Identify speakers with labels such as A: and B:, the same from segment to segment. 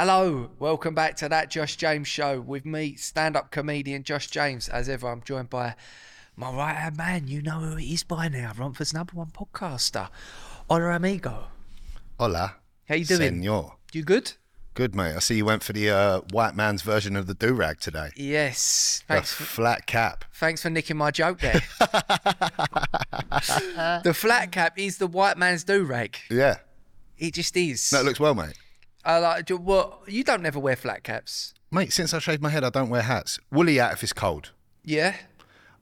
A: Hello, welcome back to that Josh James show with me, stand up comedian Josh James. As ever, I'm joined by my right hand man. You know who he is by now, Romford's number one podcaster, Hola Amigo.
B: Hola.
A: How you doing?
B: Senor.
A: You good?
B: Good, mate. I see you went for the uh, white man's version of the do rag today.
A: Yes.
B: The
A: Thanks,
B: flat cap.
A: thanks for nicking my joke there. the flat cap is the white man's do rag.
B: Yeah.
A: It just is.
B: That looks well, mate.
A: I like, do- what, you don't never wear flat caps.
B: Mate, since I shaved my head, I don't wear hats. Woolly hat if it's cold.
A: Yeah.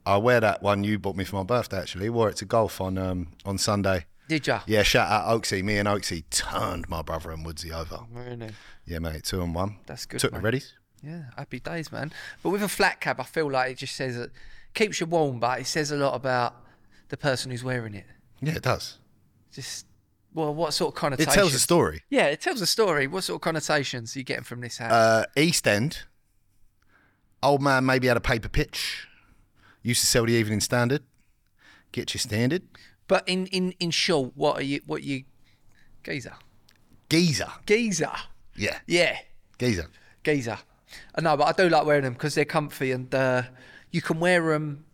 B: I wear that one you bought me for my birthday, actually. Wore it to golf on um, on Sunday.
A: Did ya?
B: Yeah, shout out Oaksy. Me and Oaksy turned my brother and Woodsy over.
A: Really?
B: Yeah, mate, two and one.
A: That's good,
B: Took
A: mate.
B: the readies.
A: Yeah, happy days, man. But with a flat cap, I feel like it just says it keeps you warm, but it says a lot about the person who's wearing it.
B: Yeah, it does.
A: Just well, what sort of
B: It
A: connotations?
B: tells a story.
A: Yeah, it tells a story. What sort of connotations are you getting from this hat?
B: Uh, East End. Old man maybe had a paper pitch. Used to sell the Evening Standard. Get your standard.
A: but in in in short, what are you? What you? Geezer,
B: Geezer.
A: geezer.
B: Yeah,
A: Yeah,
B: geezer.
A: geezer. Uh, no, but I do like wearing them because they're comfy and uh, you can wear them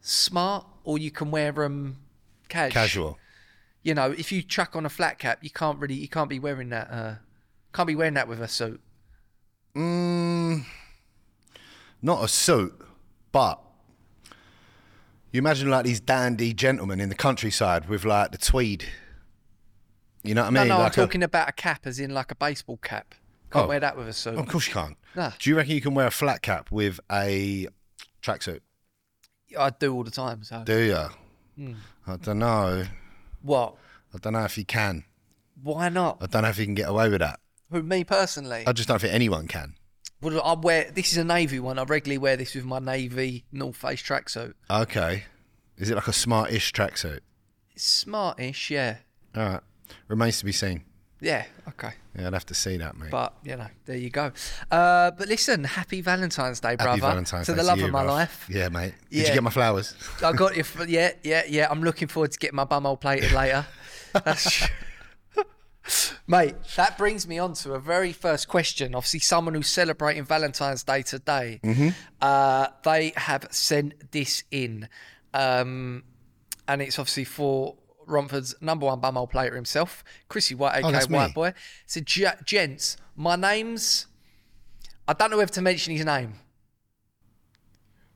A: smart or you can wear them casual.
B: Casual.
A: you know, if you chuck on a flat cap, you can't really, you can't be wearing that. Uh, can't be wearing that with a suit.
B: Mm, not a suit, but you imagine like these dandy gentlemen in the countryside with like the tweed. You know what I
A: No,
B: mean?
A: no, I'm
B: Like a-
A: talking about a cap, as in like a baseball cap. Can't
B: Oh.
A: wear that with a suit.
B: Oh, of course you can't.
A: No.
B: Do you reckon you can wear a flat cap with a tracksuit?
A: I do all the time. So
B: Oh. Do you?
A: Hmm.
B: I don't know.
A: what?
B: I don't know if you can.
A: Why not?
B: I don't know if you can get away with that.
A: Who me personally?
B: I just don't think anyone can.
A: Well, I wear this is a navy one. I regularly wear this with my navy North Face tracksuit.
B: Okay. Is it like a smartish tracksuit?
A: It's smartish, yeah,
B: All right. Remains to be seen.
A: yeah, okay.
B: Yeah, I'd have to see that, mate.
A: But you know, there you go. Uh, but listen, happy Valentine's Day, brother.
B: Happy Valentine's
A: to
B: Day
A: the love
B: you,
A: of my
B: bruv.
A: life.
B: Yeah, mate. Did
A: Yeah.
B: you get my flowers?
A: I got you. For, yeah, yeah, yeah. I'm looking forward to getting my bumhole plated later. That's Mate, that brings me on to a very first question. Obviously, someone who's celebrating Valentine's Day today,
B: Mm-hmm.
A: uh, they have sent this in. Um, and it's obviously for Romford's number one bumhole player himself, Chrissy White, aka
B: Oh, that's me.
A: White Boy. So, G- gents, my name's. I don't know whether to mention his name,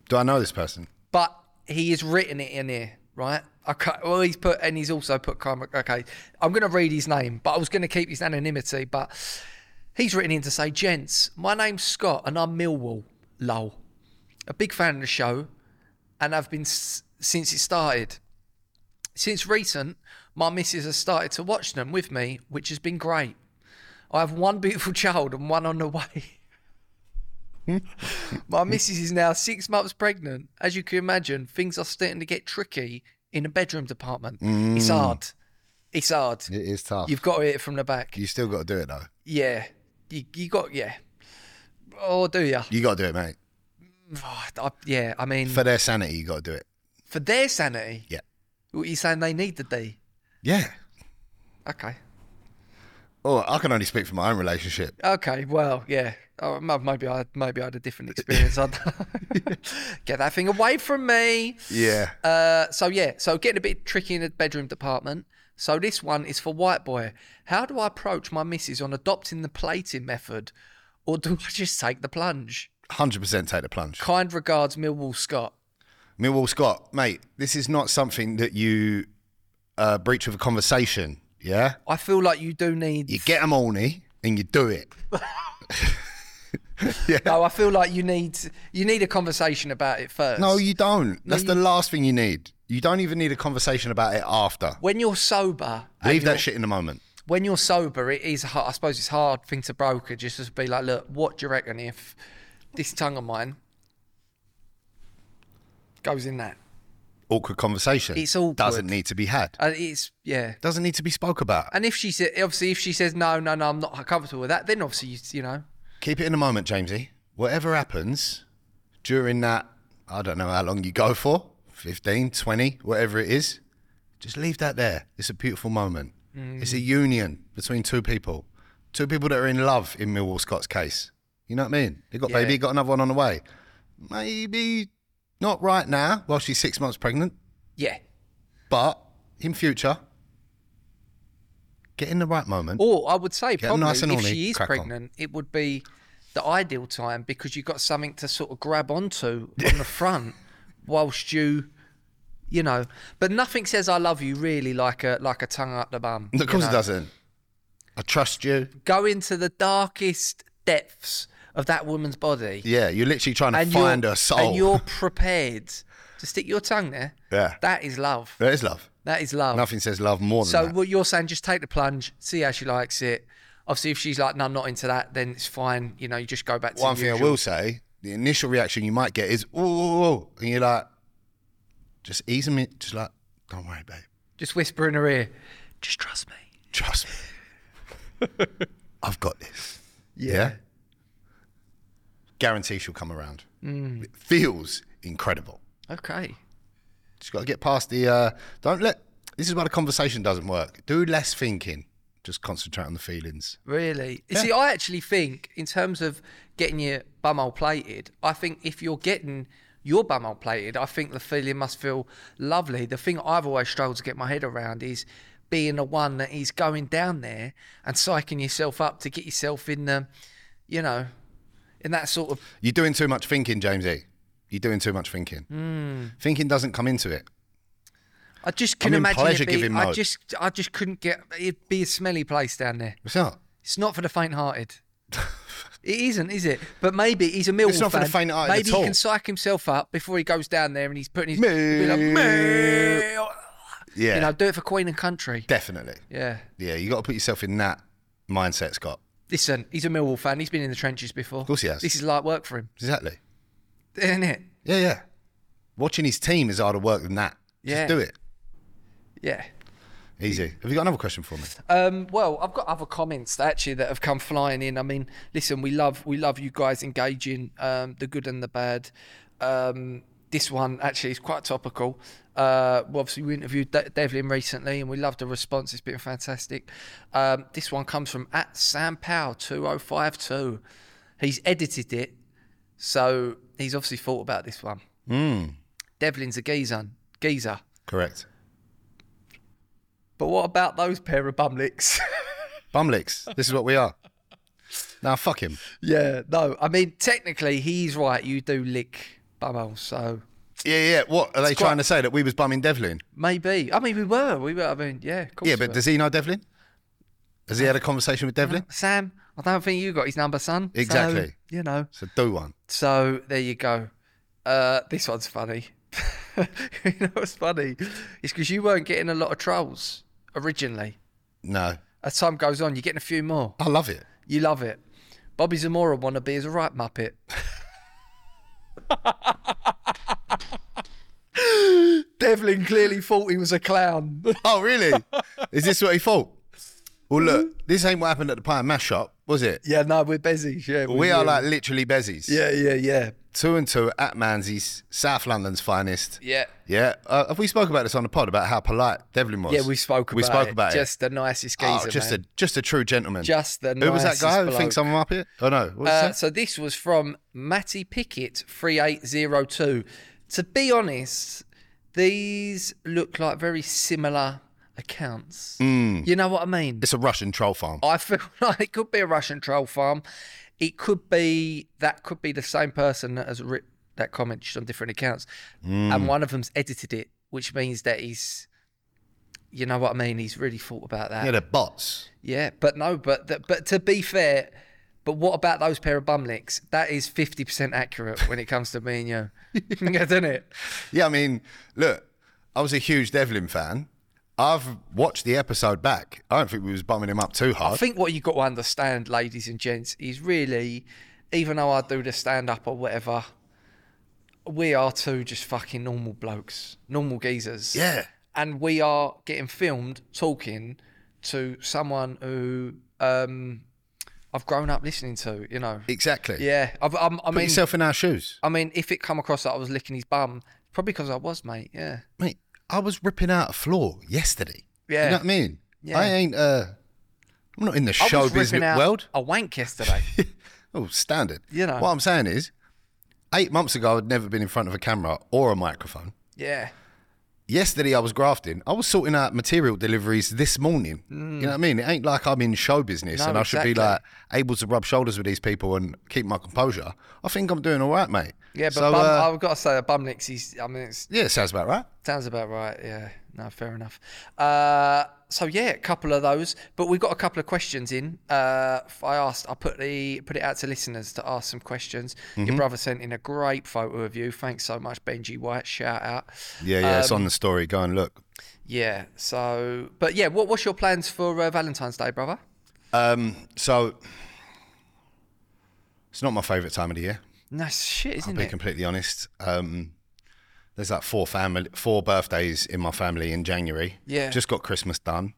B: Do I know this person?
A: but he has written it in here, right? Okay. Well, he's put and he's also put karma. Okay, I'm going to read his name, but I was going to keep his anonymity. But he's written in to say, "Gents, my name's Scott and I'm Millwall. Lol, a big fan of the show, and I've been s- since it started. Since recent, my missus has started to watch them with me, which has been great. I have one beautiful child and one on the way." My missus is now six months pregnant. As you can imagine, things are starting to get tricky in the bedroom department. It's hard. It's hard.
B: It is tough.
A: You've got to hit it from the back.
B: You still got to do it though.
A: Yeah. You, you got, yeah. Oh, do you?
B: You got to do it, mate.
A: yeah, I mean, for,
B: For their sanity, you got to do it.
A: their sanity.
B: Yeah.
A: What you saying they need the D?
B: Yeah.
A: Okay.
B: Oh, I can only speak for my own relationship.
A: Okay, well, yeah. Oh, m- maybe I maybe I had a different experience. I don't know. Get that thing away from me.
B: Yeah.
A: Uh, so yeah, so getting a bit tricky in the bedroom department. So this one is for white boy. How do I approach my missus on adopting the plating method, or do I just take the plunge?
B: Hundred percent take the plunge.
A: Kind regards, Millwall Scott.
B: Millwall Scott, mate. This is not something that you uh, breach with a conversation. Yeah.
A: I feel like you do need.
B: You get them horny and you do it.
A: No, I feel like you need you need a conversation about it first.
B: No, you don't. That's the last thing you need. You don't even need a conversation about it after.
A: when you're sober,
B: Leave that shit in the moment.
A: when you're sober, it is. hard- I suppose it's a hard thing to broker. Just to be like, look, what do you reckon if this tongue of mine goes in that?
B: Awkward conversation.
A: It's awkward.
B: Doesn't need to be had.
A: And it's yeah.
B: Doesn't need to be spoke about.
A: And if she said, obviously, if she says no, no, no, I'm not comfortable with that, then obviously, you, you know,
B: Keep it in the moment, Jamesy. Whatever happens during that, I don't know how long you go for 15, 20, whatever it is,
A: Mm.
B: just leave that there. It's a beautiful moment. It's a union between two people. Two people that are in love in Millwall Scott's case. You know what I mean? They got
A: Yeah.
B: baby, got another one on the way. Maybe not right now while she's six months pregnant,
A: Yeah.
B: but in future, get in the right moment.
A: Or I would say probably
B: nice and
A: if
B: horny,
A: she is
B: crack on.
A: pregnant, it would be the ideal time because you've got something to sort of grab onto on the front whilst you, you know. But nothing says "I love you" really like a like a tongue up the bum.
B: of course
A: Oh, you
B: it
A: know.
B: doesn't. I trust you.
A: Go into the darkest depths of that woman's body,
B: Yeah, you're literally trying to
A: and
B: find
A: you're
B: her soul.
A: and you're prepared to stick your tongue there.
B: Yeah.
A: that is love.
B: There is love.
A: That is love.
B: Nothing says love more than
A: So
B: that.
A: what you're saying, just take the plunge, see how she likes it. Obviously, if she's like, "No, I'm not into that," then it's fine. You know, you just go back to
B: One
A: the
B: thing I
A: usual.
B: will say, the initial reaction you might get is, "Ooh, ooh, ooh," and you're like, just ease them in, just like, don't worry, babe,
A: Just whisper in her ear, "Just trust me."
B: trust me, I've got this. Yeah. Guarantee she'll come around.
A: Mm.
B: It feels incredible.
A: Okay.
B: Just got to get past the. Uh, don't let. This is why the conversation doesn't work. Do less thinking. Just concentrate on the feelings.
A: Really? You See, I actually think, in terms of getting your bumhole plated, I think if you're getting your bumhole plated, I think the feeling must feel lovely. The thing I've always struggled to get my head around is being the one that is going down there and psyching yourself up to get yourself in the, you know, in that sort of
B: You're doing too much thinking, James E. You're doing too much thinking. Thinking doesn't come into it.
A: I just couldn't
B: in
A: imagine it
B: pleasure-giving
A: be, I
B: mode.
A: just, I just couldn't get. It'd be a smelly place down there.
B: It's not.
A: It's not for the faint-hearted. it isn't, is it? But maybe he's a Millwall
B: It's not for
A: fan.
B: the faint-hearted
A: Maybe
B: at
A: he
B: all.
A: can psych himself up before he goes down there, and he's putting his.
B: Mill.
A: he'll be like, "Mill."
B: Yeah.
A: You know, do it for Queen and Country.
B: Definitely.
A: Yeah.
B: Yeah, you got to put yourself in that mindset, Scott.
A: Listen, he's a Millwall fan. He's been in the trenches before. Of
B: course he has.
A: This is light work for him,
B: Exactly.
A: isn't it?
B: Yeah, yeah. Watching his team is harder work than that.
A: Yeah.
B: Just do it.
A: Yeah.
B: Easy. Have you got another question for me?
A: Um, well, I've got other comments that actually that have come flying in. I mean, listen, we love we love you guys engaging um, the good and the bad. Um, this one actually is quite topical. Uh, well, obviously, we interviewed De- Devlin recently, and we loved the response. It's been fantastic. Um, this one comes from at Sam Powell two oh five two. He's edited it, so he's obviously thought about this one. Devlin's a geezer, geezer.
B: Correct.
A: But what about those pair of bum licks?
B: Bumlicks. this is what we are. Now, fuck him.
A: Yeah, no, I mean technically he's right. You do lick bumholes, so
B: Yeah, yeah. What are they trying to say that we was bumming Devlin?
A: maybe. I mean, we were, we were. I mean, yeah, of course.
B: Yeah,
A: we
B: but
A: were.
B: does he know Devlin? Has he had a conversation with Devlin?
A: Sam, I don't think you got his number, son. So,
B: Exactly.
A: you know.
B: So do one.
A: So there you go. Uh, this one's funny. you know what's funny? It's because you weren't getting a lot of trolls originally.
B: No,
A: As time goes on, you're getting a few more.
B: I love it.
A: You love it. Bobby Zamora wannabe is a right muppet. Devlin clearly thought he was a clown.
B: Oh, really? Is this what he thought? Well, look, this ain't what happened at the pie and mash shop, was it?
A: yeah, no, we're busy. Yeah,
B: We are like literally bezies.
A: Yeah, yeah, yeah,
B: Two and two at Manzi's, South London's finest.
A: yeah.
B: Yeah. Uh, have we spoke about this on the pod about how polite Devlin was?
A: Yeah, we spoke about
B: We spoke
A: it.
B: about it.
A: Just the nicest geezer,
B: oh, just
A: man.
B: a just a true gentleman.
A: just the
B: Who was that
A: nicest
B: guy who
A: bloke.
B: thinks I'm up here? Oh no. What was
A: Uh,
B: that?
A: so this was from Matty Pickett, 3802. To be honest, these look like very similar accounts.
B: Hmm.
A: You know what I mean?
B: It's a Russian troll farm.
A: I feel like it could be a Russian troll farm. It could be that could be the same person that has written that comment just on different accounts, and one of them's edited it, which means that he's, you know what I mean. He's really thought about that.
B: yeah,
A: Yeah,
B: they're bots.
A: but no, but th- but to be fair, but what about those pair of bum licks? That is fifty percent accurate when it comes to me and you. yeah, doesn't it?
B: Yeah, I mean, look, I was a huge Devlin fan. I've watched the episode back. I don't think we was bumming him up too
A: I
B: hard.
A: think what you got to understand, ladies and gents, is really, even though I do the stand up or whatever, we are two just fucking normal blokes, normal geezers.
B: Yeah.
A: And we are getting filmed talking to someone who um, I've grown up listening to, you know.
B: Exactly.
A: Yeah. I've, I'm, I
B: Put
A: mean,
B: yourself in our shoes.
A: I mean, if it come across that I was licking his bum, probably because I was, mate. Yeah.
B: mate, I was ripping out a floor yesterday.
A: Yeah.
B: You know what I mean?
A: Yeah.
B: I ain't uh I'm not in the
A: I
B: show
A: was ripping
B: business
A: out
B: world.
A: a wank yesterday.
B: Oh, standard.
A: You know.
B: What I'm saying is, eight months ago, I'd never been in front of a camera or a microphone.
A: yeah.
B: Yesterday, I was grafting. I was sorting out material deliveries this morning. You know what I mean? It ain't like I'm in show business
A: Mm. No,
B: and I should be
A: exactly.
B: like able to rub shoulders with these people and keep my composure. I think I'm doing all right, mate.
A: Yeah, but
B: So,
A: bum,
B: uh,
A: I've got to say that Bumnick's, he's, I mean, it's
B: yeah, sounds about right.
A: Sounds about right. Yeah. No, fair enough. Uh, so yeah, a couple of those, but we've got a couple of questions in. Uh, I asked, I put the put it out to listeners to ask some questions. Your brother sent in a great photo of you. Thanks so much, Benji White. Shout out.
B: Yeah, yeah,
A: Um,
B: it's on the story. Go and look.
A: Yeah. So, but yeah, what what's your plans for uh, Valentine's Day, brother?
B: Um, so it's not my favourite time of the year.
A: Nice shit, isn't
B: be
A: it?
B: completely honest. Um, there's like four family, four birthdays in my family in January.
A: Yeah.
B: just got Christmas done,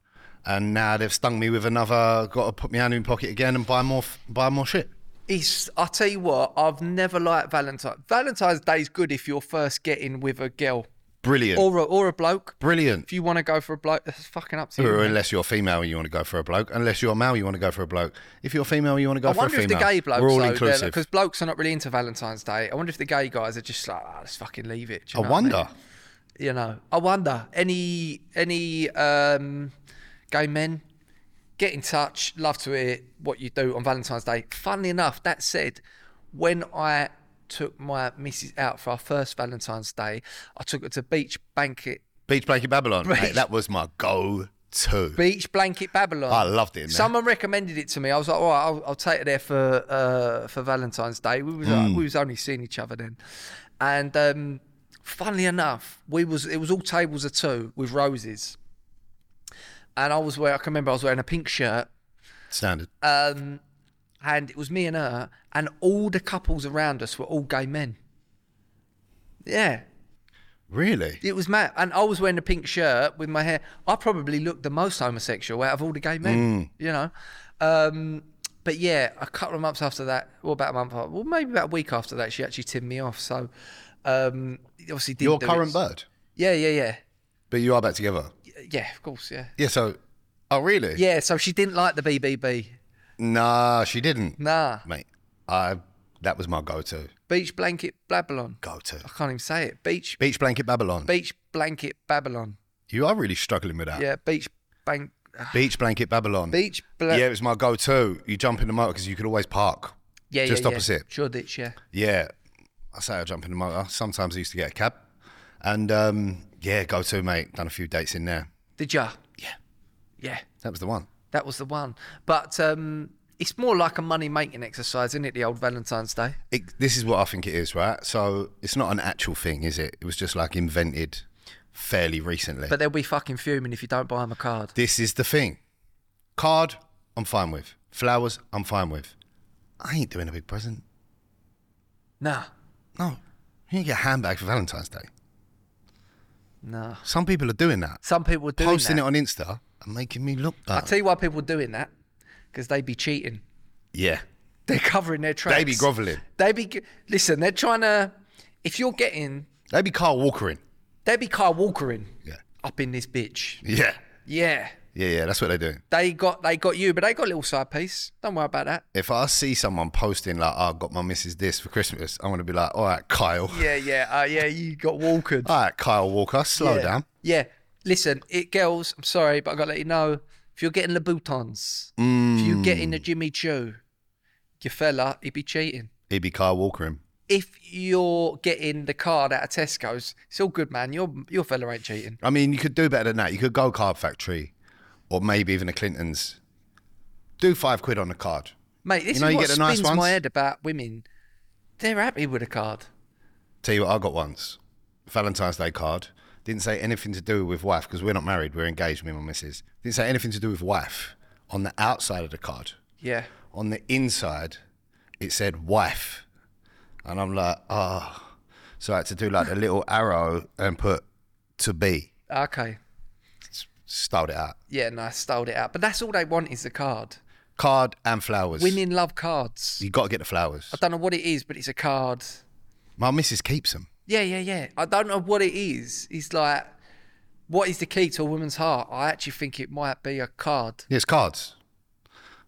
B: and now they've stung me with another. Got to put my hand in my pocket again and buy more, f- buy more shit.
A: It's, I tell you what, I've never liked Valentine. Valentine's Day's good if you're first getting with a girl
B: Brilliant,
A: or a, or a bloke.
B: brilliant.
A: If you want to go for a bloke, that's fucking up to you.
B: Or
A: mate.
B: unless you're female and you want to go for a bloke. Unless you're male, you want to go for a bloke. If you're female, you want to go
A: I
B: for a
A: wonder
B: female.
A: if the gay blokes
B: We're all
A: though,
B: inclusive.
A: because blokes are not really into Valentine's Day. I wonder if the gay guys are just like, oh, let's fucking leave it. do you
B: I
A: know what
B: wonder.
A: mean? You know, I wonder. Any any um, gay men, get in touch. Love to hear what you do on Valentine's Day. Funnily enough, that said, when I took my missus out for our first Valentine's Day, I took her to Beach Blanket
B: Beach Blanket Babylon.
A: Right.
B: Mate, that was my go-to.
A: Beach Blanket Babylon.
B: I loved it. man.
A: Someone recommended it to me. I was like, all right, I'll, I'll take it there for uh, for Valentine's Day. We was uh, we was only seeing each other then, and um, funnily enough, we was it was all tables of two with roses, and I was wearing. I can remember I was wearing a pink shirt,
B: Standard.
A: um, and it was me and her, and all the couples around us were all gay men. Yeah,
B: really?
A: it was mad. And I was wearing a pink shirt with my hair. I probably looked the most homosexual out of all the gay
B: Mm.
A: men, you know. Um, but yeah, a couple of months after that, well, about a month, after, well, maybe about a week after that, she actually tinned me off. So um, obviously, did
B: Your current bird.
A: Yeah, yeah, yeah.
B: But you are back together.
A: Yeah, of course, yeah.
B: Yeah, so. Oh, really?
A: Yeah, so she didn't like the BBB.
B: Nah, she didn't.
A: Nah.
B: Mate, I that was my go-to.
A: Beach Blanket Babylon.
B: Go-to.
A: I can't even say it. Beach,
B: Beach Blanket Babylon.
A: beach Blanket Babylon.
B: you are really struggling with that.
A: Yeah, Beach Bank. ah.
B: Beach Blanket Babylon.
A: Beach Blanket.
B: yeah, it was my go-to. You jump in the motor because you could always park.
A: yeah,
B: just
A: yeah,
B: opposite.
A: Yeah. Shoreditch, yeah.
B: Yeah, I say I jump in the motor. Sometimes I used to get a cab, and um, yeah, go-to mate. Done a few dates in there.
A: Did ya? Yeah. Yeah.
B: That was the one.
A: That was the one. But um, it's more like a money making exercise, isn't it? The old Valentine's Day.
B: It, this is what I think it is, right? So it's not an actual thing, is it? It was just like invented fairly recently.
A: But they'll be fucking fuming if you don't buy them a card.
B: This is the thing. Card, I'm fine with. Flowers, I'm fine with. I ain't doing a big present.
A: Nah,
B: No. You ain't get a handbag for Valentine's Day.
A: nah.
B: Some people are doing that.
A: Some people are doing
B: Posting
A: that.
B: it on Insta and making me look
A: I
B: bad.
A: tell you why people are doing that, because they be cheating.
B: yeah.
A: They're covering their tracks.
B: They be grovelling.
A: They be listen. They're trying to. If you're getting,
B: They be Carl Walkering.
A: they be Kyle Walkering
B: Yeah.
A: up in this bitch.
B: Yeah.
A: Yeah,
B: Yeah, yeah, that's what they're doing.
A: they got they got you, but they got a little side piece. Don't worry about that.
B: If I see someone posting like, oh, I got my missus this for Christmas, I'm going to be like, all right, Kyle.
A: Yeah, yeah, uh, yeah. You got Walkered.
B: All right, Kyle Walker, slow
A: yeah.
B: down.
A: Yeah. Listen, it girls, I'm sorry, but I gotta let you know, if you're getting the boutons, if you're getting
B: Mm.
A: the Jimmy Choo, your fella, he be cheating.
B: He be Kyle Walkering.
A: If you're getting the card out of Tesco's, it's all good, man. Your your fella ain't cheating.
B: I mean, you could do better than that. You could go card factory, or maybe even a Clinton's. Do five quid on a card.
A: Mate, this
B: You know,
A: is
B: you
A: what
B: get the nice
A: spins
B: ones.
A: my head about women. They're happy with a card.
B: Tell you what, I got once Valentine's Day card. Didn't say anything to do with wife because we're not married. We're engaged, me and my missus. Didn't say anything to do with wife on the outside of the card.
A: Yeah.
B: On the inside, it said wife, and I'm like, ah. So I had to do like a little arrow and put to be.
A: Okay.
B: Styled it out.
A: Yeah, no, I styled it out. But that's all they want is the card.
B: Card and flowers.
A: Women love cards.
B: You got to get the flowers.
A: I don't know what it is, but it's a card.
B: My missus keeps them.
A: Yeah, yeah, yeah. I don't know what it is. It's like, what is the key to a woman's heart? I actually think it might be a card.
B: Yes, cards.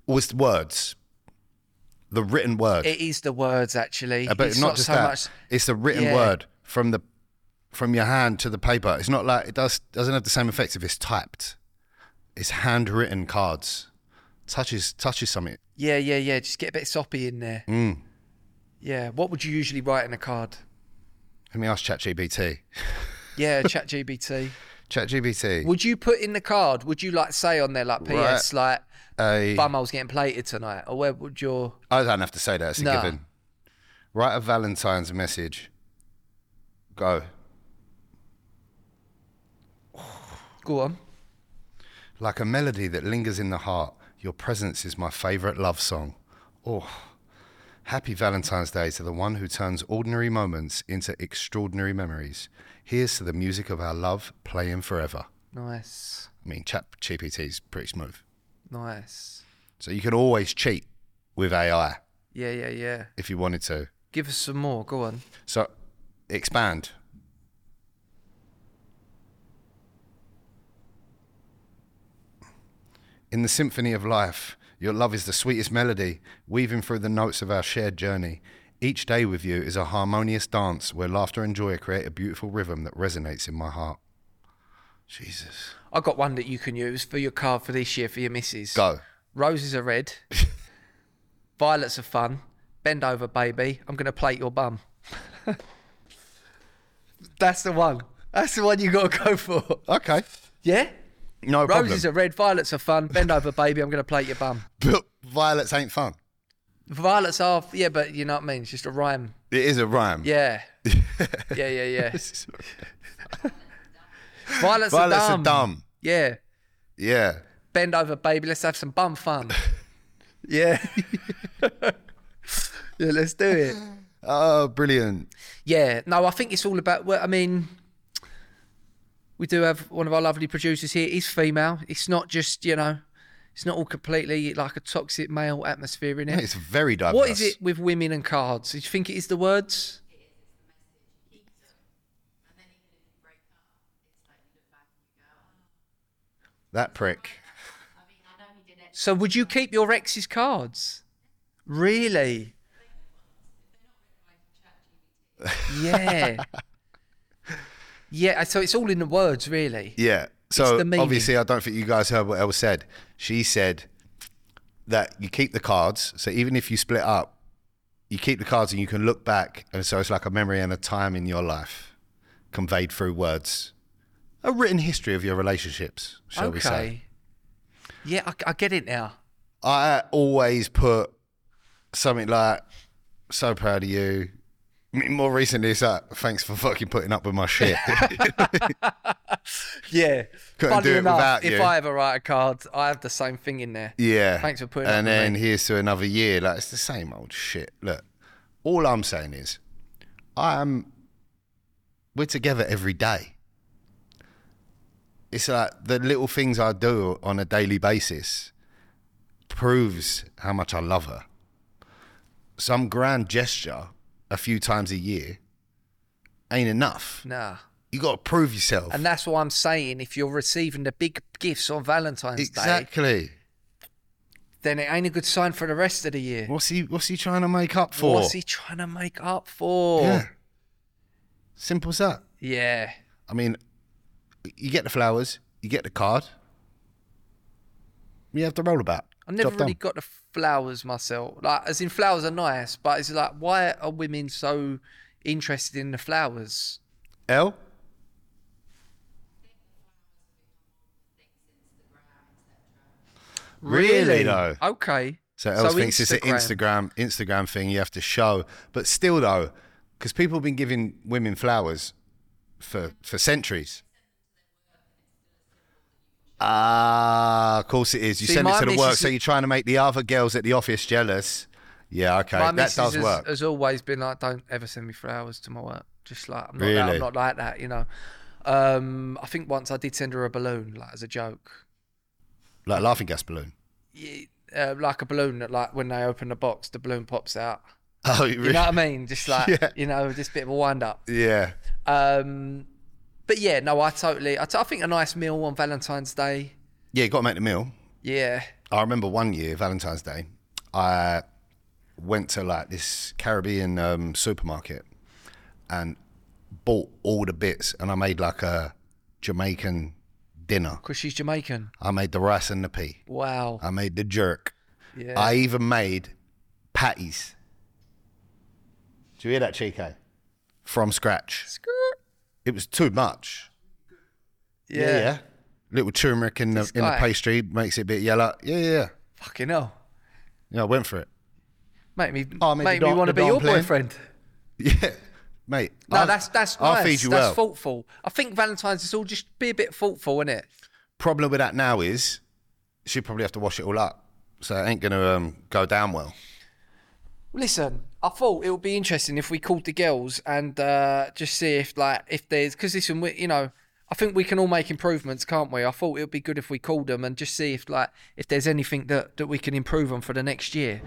B: was words, the written word.
A: It is the words actually.
B: Uh, but
A: it's
B: not, just
A: so
B: that.
A: much.
B: It's the written
A: Yeah.
B: word from the from your hand to the paper. It's not like it does doesn't have the same effects if it's typed. It's handwritten cards. Touches touches something.
A: Yeah, yeah, yeah. Just get a bit soppy in there.
B: Mm.
A: Yeah. What would you usually write in a card?
B: Let me ask ChatGPT.
A: Yeah, ChatGPT.
B: ChatGPT.
A: Would you put in the card? Would you like say on there like
B: Right.
A: PS like
B: A,
A: bum I was getting plated tonight or where would your
B: I don't have to say that. It's a
A: Nah.
B: given. Write a Valentine's message. Go.
A: go on?
B: Like a melody that lingers in the heart, your presence is my favourite love song. Oh, happy Valentine's Day to the one who turns ordinary moments into extraordinary memories. Here's to the music of our love playing forever.
A: Nice,
B: I mean, Chat GPT's pretty smooth.
A: nice.
B: So you can always cheat with AI
A: Yeah, yeah, yeah.
B: if you wanted to.
A: Give us some more. Go on.
B: So expand. In the symphony of life, your love is the sweetest melody, weaving through the notes of our shared journey. Each day with you is a harmonious dance where laughter and joy create a beautiful rhythm that resonates in my heart. Jesus.
A: I got one that you can use for your card for this year for your missus.
B: Go.
A: Roses are red. Violets are fun. Bend over, baby. I'm gonna plate your bum. That's the one. That's the one you gotta go for.
B: Okay.
A: Yeah.
B: No problem.
A: Roses are red. Violets are fun. Bend over, baby. I'm gonna plate your bum.
B: But violets ain't fun.
A: Violets are yeah, but you know what I mean. It's just a rhyme.
B: It is a rhyme.
A: Yeah. Yeah, yeah, yeah. Violets,
B: Violets
A: are, dumb.
B: are dumb.
A: Yeah.
B: Yeah.
A: Bend over, baby. Let's have some bum fun. yeah. yeah, let's do it.
B: Oh, brilliant.
A: Yeah. No, I think it's all about. Well, I mean, we do have one of our lovely producers here. He's female. It's not just you know, it's not all completely like a toxic male atmosphere in it.
B: It's very diverse.
A: What is it with women and cards? Do you think it is the words?
B: That prick.
A: So would you keep your ex's cards? Really? Yeah. yeah, so it's all in the words, really.
B: Yeah. So
A: the meaning.
B: obviously, I don't think you guys heard what Elle said. She said that you keep the cards. So even if you split up, you keep the cards and you can look back. And so it's like a memory and a time in your life conveyed through words. A written history of your relationships, shall we say.
A: okay. Yeah, I, I get it now.
B: I always put something like, so proud of you. I mean, More recently, it's like, thanks for fucking putting up with my shit.
A: Yeah.
B: Couldn't
A: Funny
B: do it
A: enough,
B: without
A: if
B: you.
A: I ever write a card, I have the same thing in there.
B: Yeah.
A: Thanks for putting up
B: And
A: with
B: then here's to another year. Like it's the same old shit. Look, all I'm saying is, I'm. We're together every day. It's like the little things I do on a daily basis proves how much I love her. Some grand gesture a few times a year ain't enough.
A: Nah.
B: You got to prove yourself.
A: And that's why I'm saying if you're receiving the big gifts on Valentine's Day,
B: exactly.
A: then it ain't a good sign for the rest of the year.
B: What's he? What's he trying to make up for?
A: What's he trying to make up for?
B: Yeah. Simple as that.
A: Yeah.
B: I mean, you get the flowers, you get the card, you have to roll about.
A: I never
B: Job
A: really
B: done.
A: got the flowers myself. Like, as in flowers are nice, but it's like, why are women so interested in the flowers?
B: L? Really, though?
A: Okay.
B: So Elle thinks it's an Instagram Instagram thing you have to show. But still though, because people have been giving women flowers for for centuries. Ah, of course it is. You
A: See,
B: send it
A: my
B: to the work,
A: missus-
B: so you're trying to make the other girls at the office jealous. Yeah, okay,
A: My
B: that
A: missus
B: does
A: has,
B: work.
A: has always been like, don't ever send me flowers to my work. Just like, I'm not, that,
B: Really?
A: I'm not like that, you know. Um, I think once I did send her a balloon, like as a joke.
B: like laughing gas balloon.
A: Y- Uh, like a balloon that, like, when they open the box, the balloon pops out.
B: Oh, you
A: You know
B: really?
A: what I mean? Just like,
B: Yeah.
A: you know, just a bit of a wind up.
B: yeah.
A: Um, but yeah, no, I totally. I, t- I think a nice meal on Valentine's Day.
B: Yeah, you got to make the meal.
A: Yeah,
B: I remember one year Valentine's Day, I went to like this Caribbean um, supermarket and bought all the bits, and I made like a Jamaican dinner.
A: because she's Jamaican.
B: I made the rice and the pea.
A: Wow.
B: I made the jerk.
A: Yeah.
B: I even made patties. Do you hear that, Chico? From scratch.
A: Skirt.
B: It was too much.
A: Yeah.
B: Little turmeric in the, in the
A: guy.
B: pastry makes it a bit yellow. Yeah, yeah, yeah.
A: Fucking hell.
B: Yeah, I went for it.
A: Make me
B: Oh, I mean,
A: make
B: the
A: me
B: Don-
A: want
B: the
A: to be
B: Don
A: your
B: Plan.
A: boyfriend.
B: Yeah, mate.
A: No,
B: I'll-
A: that's that's
B: I'll
A: nice.
B: feed you
A: that's
B: well.
A: thoughtful. I think Valentine's is all just be a bit thoughtful, innit?
B: Problem with that now is she probably have to wash it all up, so it ain't gonna um, go down well.
A: Listen, I thought it would be interesting if we called the girls and uh, just see if like if there's because listen, we, you know, I think we can all make improvements, can't we? I thought it would be good if we called them and just see if like if there's anything that that we can improve on for the next year.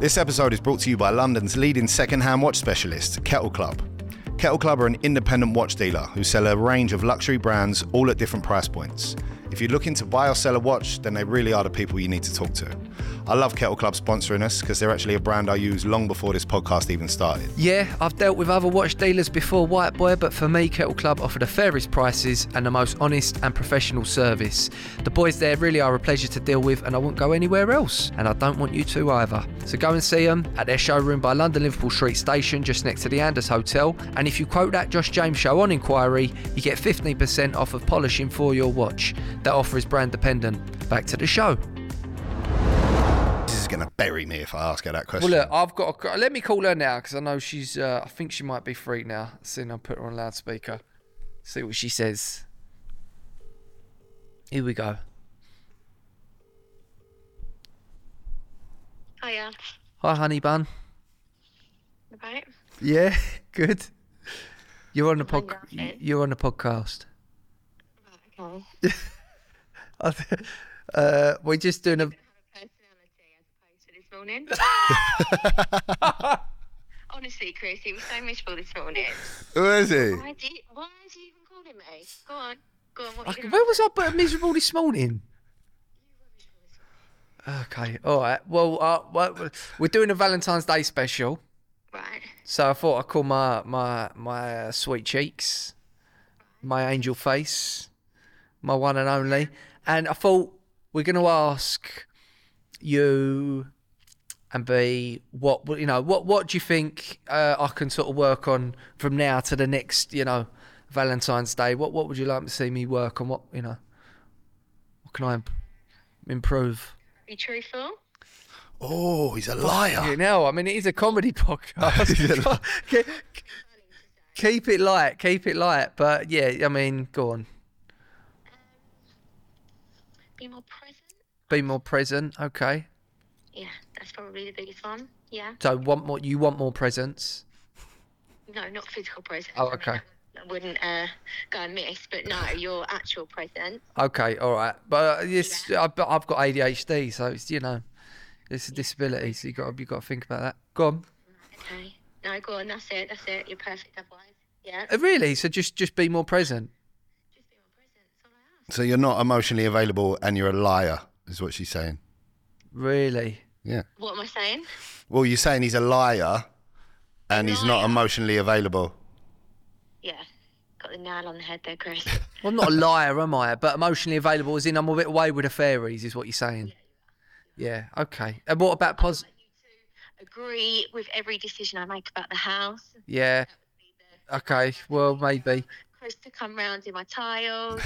B: This episode is brought to you by London's leading second-hand watch specialist, Kettle Club. Kettle Club are an independent watch dealer who sell a range of luxury brands, all at different price points. If you're looking to buy or sell a watch, then they really are the people you need to talk to. I love Kettle Club sponsoring us because they're actually a brand I used long before this podcast even started.
A: Yeah, I've dealt with other watch dealers before White Boy, but for me, Kettle Club offer the fairest prices and the most honest and professional service. The boys there really are a pleasure to deal with, and I won't go anywhere else, and I don't want you to either. So go and see them at their showroom by London Liverpool Street Station, just next to the Anders Hotel. And if you quote that Josh James show on inquiry, you get 15% off of polishing for your watch. That offer is brand dependent. Back to the show.
B: This is gonna bury me if I ask her that question.
A: Well, look, I've got. A, let me call her now because I know she's. Uh, I think she might be free now. Seeing I put her on loudspeaker. See what she says. Here we go.
C: Hiya.
A: Hi, honey bun.
C: Right.
A: Yeah, good. You're on the pod.
C: laughing.
A: You're on the podcast.
C: Okay.
A: Uh, we're just doing a.
C: Personality as opposed to this morning. Honestly, Chris, it was so miserable this morning.
B: Who is he?
C: Why do you, why is you even calling me? Go on. Go on. What are you
A: Where
C: gonna
A: was I? But miserable this morning. Okay. All right. Well, uh, well, we're doing a Valentine's Day special.
C: Right.
A: So I thought I'd call my my my uh, sweet cheeks, my angel face, my one and only, and I thought we're going to ask you and B what you know what what do you think uh, I can sort of work on from now to the next you know Valentine's Day? What what would you like to see me work on? What you know, what can I im- improve?
C: Be truthful.
B: Oh, he's a liar.
A: You know, I mean, it is a comedy podcast. Ke- keep it light, keep it light. But yeah, I mean, go on.
C: Be more present.
A: Be more present, okay?
C: Yeah, that's probably the biggest one. Yeah.
A: So want more? You want more presence?
C: No, not physical presence.
A: Oh,
C: I mean,
A: okay.
C: that wouldn't uh, go amiss, but no, your actual presence.
A: Okay, all right. But uh, yes, I've but I've got ADHD, so it's you know, it's a disability. So you got you got to think about that. Go on.
C: Okay. No, go on. That's it. That's it. You're perfect otherwise. Yeah.
A: Uh, Really? So just just be more present.
C: Just be more present. That's all I ask.
B: So you're not emotionally available and you're a liar, is what she's saying.
A: Really?
B: Yeah.
C: What am I saying?
B: Well, you're saying he's a liar and he's not
C: Liar.
B: emotionally available.
C: Yeah, got the nail on the head there, Chris.
A: Well, I'm not a liar, am I? But emotionally available, as in I'm a bit away with the fairies, is what you're saying. Yeah. Okay. And what about pos?
C: Agree with every decision I make about the house.
A: Yeah. Okay. Well, maybe.
C: Chris to come round in my tiles.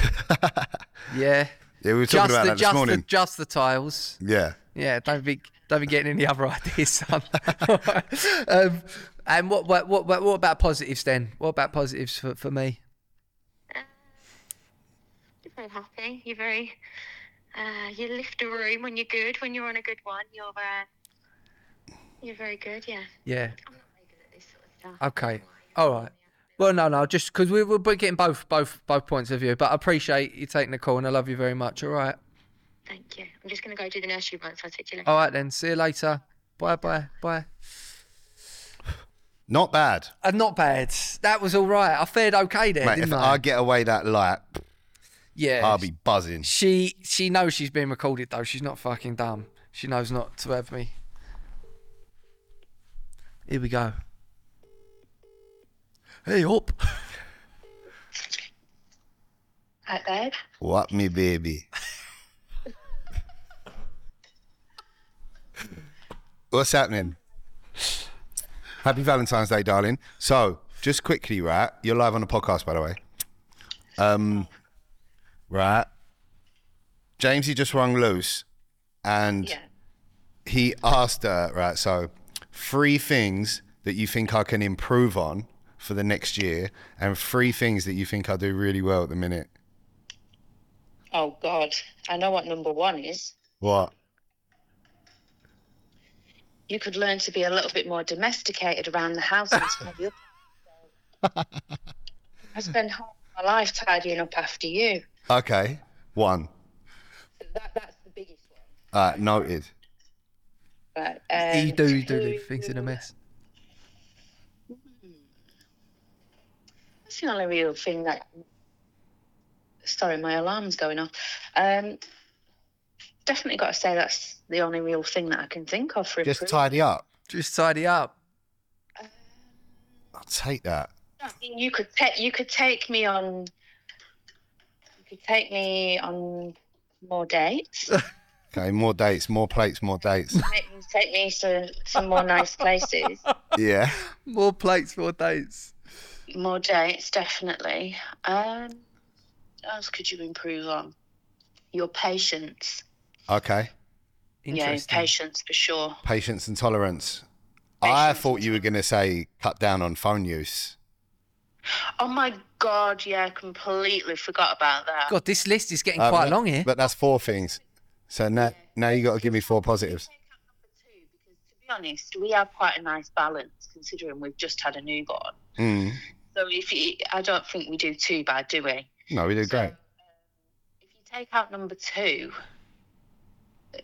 A: Yeah.
B: Yeah, we were talking
A: Just
B: about
A: the,
B: that this
A: just the
B: morning.
A: just the tiles.
B: yeah.
A: Yeah. Don't be don't be getting any other ideas, son. um, and what what what what what about positives then? What about positives for, for me?
C: You're very happy. You're very. Uh, you lift a room when you're good. When you're on a good one, you're. Uh, you're very good. Yeah.
A: Yeah.
C: I'm not very good at this sort of stuff.
A: Okay. All right. Well, no, no, just because we we're both getting both both both points of view, but I appreciate you taking the call and I love you very much. All right.
C: Thank you. I'm just gonna go do the nursery once I speak to you later.
A: All right then. See you later. Bye bye bye.
B: Not bad.
A: Uh, not bad. That was all right. I fared okay there,
B: Mate,
A: didn't
B: if
A: I?
B: I get away that light,
A: Yeah.
B: I'll be buzzing.
A: She she knows she's being recorded though. She's not fucking dumb. She knows not to have me. Here we go. Hey up.
D: Hi, babe.
B: What me baby? What's happening? Happy Valentine's Day, darling. So, just quickly, right? You're live on the podcast, by the way. Um, right? James, he just rung loose, and
D: Yeah.
B: he asked her, right? So, three things that you think I can improve on for the next year, and three things that you think I do really well at the minute.
D: Oh, God. I know what number one is.
B: What?
D: You could learn to be a little bit more domesticated around the house and some of the other. I spend half my life tidying up after you.
B: Okay, one.
D: That, that's the biggest one.
B: Uh, noted.
D: But, um,
A: you do you do
D: two-
A: leave things in a mess.
D: That's the only real thing that. Sorry, my alarm's going off. Um, definitely got to say that's the only real thing that I can think of for
B: Just
D: improvement.
B: tidy up.
A: Just tidy up.
B: I'll take that.
D: I mean, you could take you could take me on. You could take me on more dates.
B: Okay, more dates, more plates, more dates.
D: take, me- take me to some more nice places.
B: yeah.
A: More plates, more dates.
D: More dates, definitely. Um, what else could you improve on? Your patience.
B: Okay.
D: Yeah,
A: Interesting.
D: patience for sure.
B: Patience and tolerance. I
D: Patience
B: thought you were going to say cut down on phone use.
D: Oh my god, yeah, I completely forgot about that.
A: God, this list is getting
B: Uh,
A: quite
B: but-
A: long here.
B: But that's four things. So now, now you got to give me four positives.
D: Take out number two, because to be honest, we have quite a nice balance considering we've just had a newborn.
B: Mm.
D: So if you, I don't think we do too bad, do we?
B: No, we did
D: So,
B: great.
D: um, if you take out number two,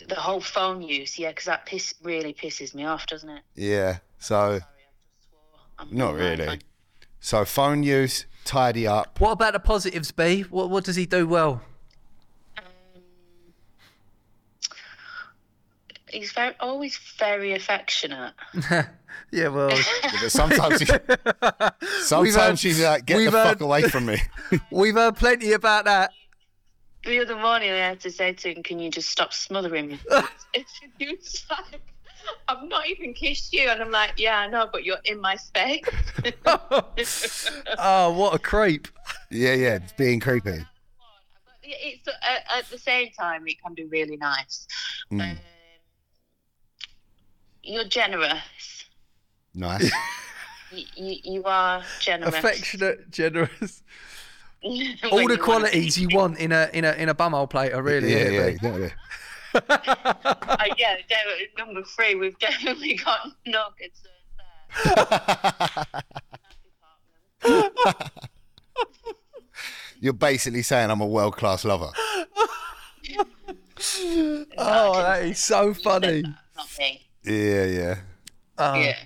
D: the whole phone use, yeah, because that piss really pisses me off, doesn't it?
B: Yeah. So,
D: Sorry, I've just swore. I'm
B: not
D: being right,
B: really.
D: man.
B: So, phone use, tidy up.
A: What about the positives, B? What what does he do well?
D: Um, he's very always very affectionate.
A: Yeah, well,
B: But sometimes she, sometimes
A: heard-
B: she's like, get the
A: we've
B: fuck
A: heard-
B: away from me.
A: we've heard plenty about that.
D: The other morning, I had to say to him, "Can you just stop smothering me?" please?" and he was like, "I've not even kissed you," and I'm like, "Yeah, I know, but you're in my space."
A: oh, what a creep!
B: yeah, yeah. It's being creepy.
D: But it's uh, at the same time it can be really nice.
B: Mm,
D: Um, you're generous.
B: Nice.
D: You, you, you are generous.
A: Affectionate, generous,
D: When
A: all
D: you
A: the
D: wanna
A: qualities
D: be-
A: you want in a in a in a bumhole plater, really.
B: yeah,
A: isn't
B: yeah,
A: it, B?
B: exactly.
D: Uh, yeah, de- number three, we've definitely got no concerns there.
B: You're basically saying I'm a world class lover.
A: Oh, that is so funny.
D: Not me.
B: Yeah, yeah,
A: Oh,
D: Yeah.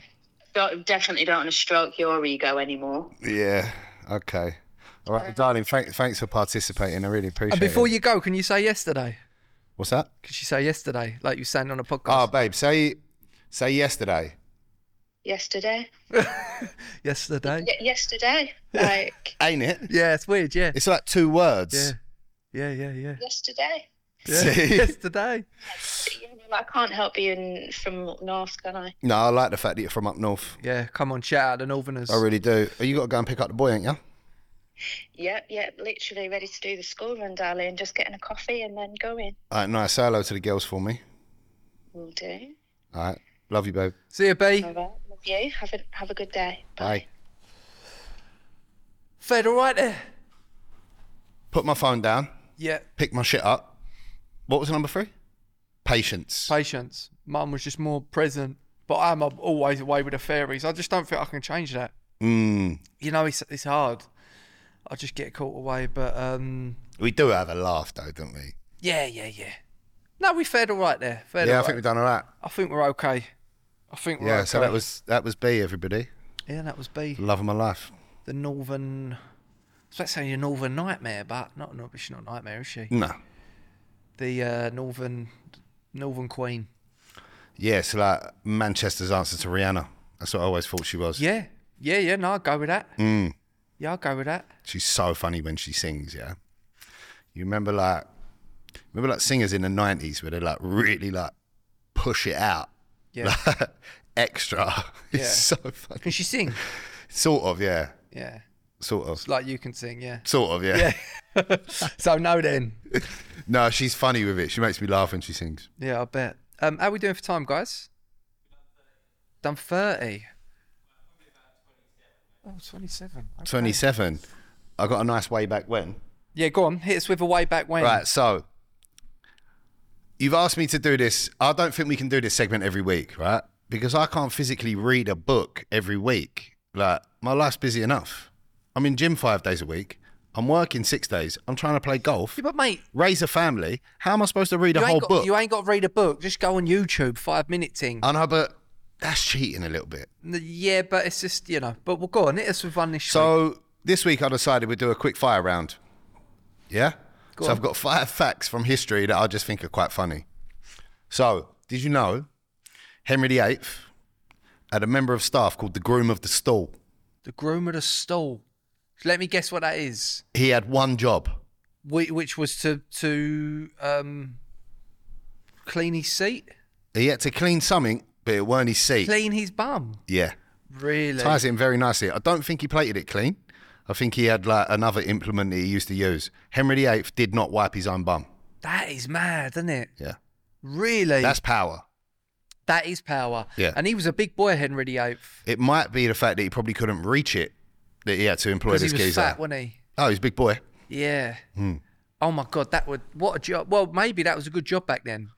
D: Don't, definitely don't want to stroke your ego anymore.
B: yeah. Okay. All right, darling. Thank, thanks for participating. I really
A: And
B: appreciate
A: before
B: it.
A: you go, can you say yesterday?
B: What's that?
A: Could you say yesterday, like you were saying on a
B: Oh,
A: podcast?
B: babe, say say yesterday.
D: Yesterday?
A: yesterday.
D: Y- yesterday? Like,
B: Ain't it?
A: Yeah, it's weird. Yeah,
B: It's like two
A: yeah,
B: words.
A: yeah, yeah, yeah.
D: yesterday?
A: yeah.
B: See?
A: yesterday.
D: Yeah, well, I can't help being from North, can I?
B: No, I like the fact that you're from up north.
A: Yeah, come on, shout out the Northerners.
B: I really do. Oh, you got to go and pick up the boy, ain't you?
D: Yep, yep, literally ready to do the school run, darling. Just getting a coffee and then going.
B: All right, nice. Say hello to the girls for me.
D: Will do.
B: All right. Love you, babe.
A: See you, B.
D: All right, love you. Have a, have a good day.
B: Bye.
A: Fed, all right there.
B: Put my phone down.
A: Yeah,
B: Pick my shit up. What was number three? Patience.
A: patience. Mum was just more present, but I'm a- always away with the fairies. I just don't think I can change that.
B: Mm.
A: You know, it's it's hard. I just get caught away, but um,
B: We do have a laugh though, don't we?
A: yeah, yeah, yeah. No, we fared all right there. Fared
B: Yeah, I
A: all
B: think
A: right.
B: we've done all right.
A: I think we're okay. I think we're
B: Yeah,
A: okay.
B: so that was that was B, everybody.
A: yeah, that was B.
B: Love of my life.
A: The Northern was about to say a northern nightmare, but not no, she's not a nightmare, is she?
B: No.
A: The uh, northern northern queen.
B: Yeah, it's like Manchester's answer to Rihanna. That's what I always thought she was.
A: Yeah, yeah, yeah. No, I'll go with that.
B: Hmm.
A: Yeah, I'll go with that.
B: She's so funny when she sings, yeah. You remember like remember like singers in the nineties where they like really like push it out.
A: Yeah,
B: Extra. It's
A: Yeah.
B: so funny.
A: can she sing?
B: Sort of, yeah.
A: Yeah,
B: Sort of.
A: like you can sing. Yeah.
B: Sort of, yeah.
A: Yeah. so no, then.
B: No, she's funny with it. She makes me laugh when she sings.
A: Yeah, I bet. Um, how are we doing for time, guys? Done thirty. Oh, 27. Okay.
B: Twenty seven. I got a nice way back when.
A: Yeah, go on. Hit us with a way back when.
B: Right, so you've asked me to do this. I don't think we can do this segment every week, right? Because I can't physically read a book every week. Like, my life's busy enough. I'm in gym five days a week. I'm working six days. I'm trying to play golf,
A: Yeah, but mate,
B: raise a family. How am I supposed to read a
A: you
B: whole
A: ain't, got,
B: book? Uh,
A: you ain't got to read a book. Just go on YouTube, five minute thing.
B: I know, but that's cheating a little bit.
A: N- yeah, but it's just, you know. But we'll go on. Hit us with one this week.
B: So this week I decided we'd do a quick fire round. Yeah? so I've got five facts from history that I just think are quite funny. So, did you know Henry VIII had a member of staff called the Groom of the Stall?
A: The groom of the stall. Let me guess what that is.
B: He had one job.
A: Whi- Which was to to um, clean his seat,
B: He had to clean something, but it weren't his seat.
A: clean his bum.
B: Yeah.
A: Really?
B: Ties in very nicely. I don't think he plated it clean. I think he had like another implement that he used to use. Henry VIII did not wipe his own bum.
A: That is mad, isn't it?
B: Yeah.
A: Really?
B: That's power.
A: That is power.
B: Yeah.
A: And he was a big boy, Henry VIII.
B: It might be the fact that he probably couldn't reach it that he had to employ
A: Because
B: this
A: he was
B: geezer.
A: fat, wasn't he?
B: Oh, he's a big boy. Hmm.
A: Yeah. Oh my God, that would, what a job. Well, maybe that was a good job back then.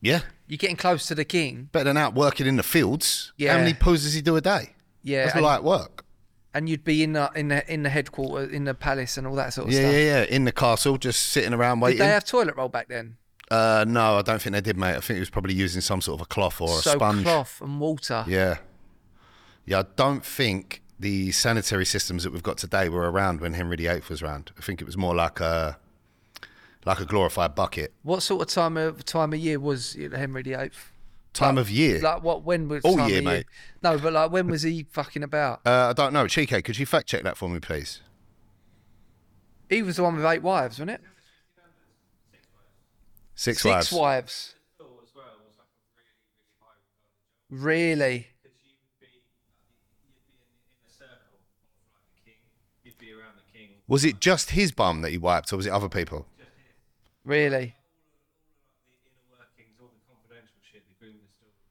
B: Yeah.
A: You're getting close to the king.
B: Better than out working in the fields.
A: Yeah.
B: How many pulls does he do a day?
A: Yeah.
B: That's
A: and,
B: light work.
A: and you'd be in the, in the in the headquarters, in the palace and all that sort of
B: Yeah,
A: stuff.
B: yeah, yeah. In the castle, just sitting around
A: Did
B: waiting.
A: they have toilet roll back then?
B: uh, no, I don't think they did, mate. I think he was probably using some sort of a cloth or a
A: so
B: sponge.
A: cloth and water.
B: Yeah. Yeah, I don't think the sanitary systems that we've got today were around when Henry VIII was around. I think it was more like a like a glorified bucket.
A: What sort of time of time of year was it, Henry VIII?
B: Time of year.
A: Like what? When was
B: All
A: time
B: year,
A: of
B: mate.
A: No, but like when was he fucking about?
B: uh, I don't know. Chike, could you fact check that for me, please?
A: He was the one with eight wives, wasn't it?
B: Six,
A: Six
B: wives.
A: wives. Really?
B: Was it just his bum that he wiped, or was it other people?
A: Really?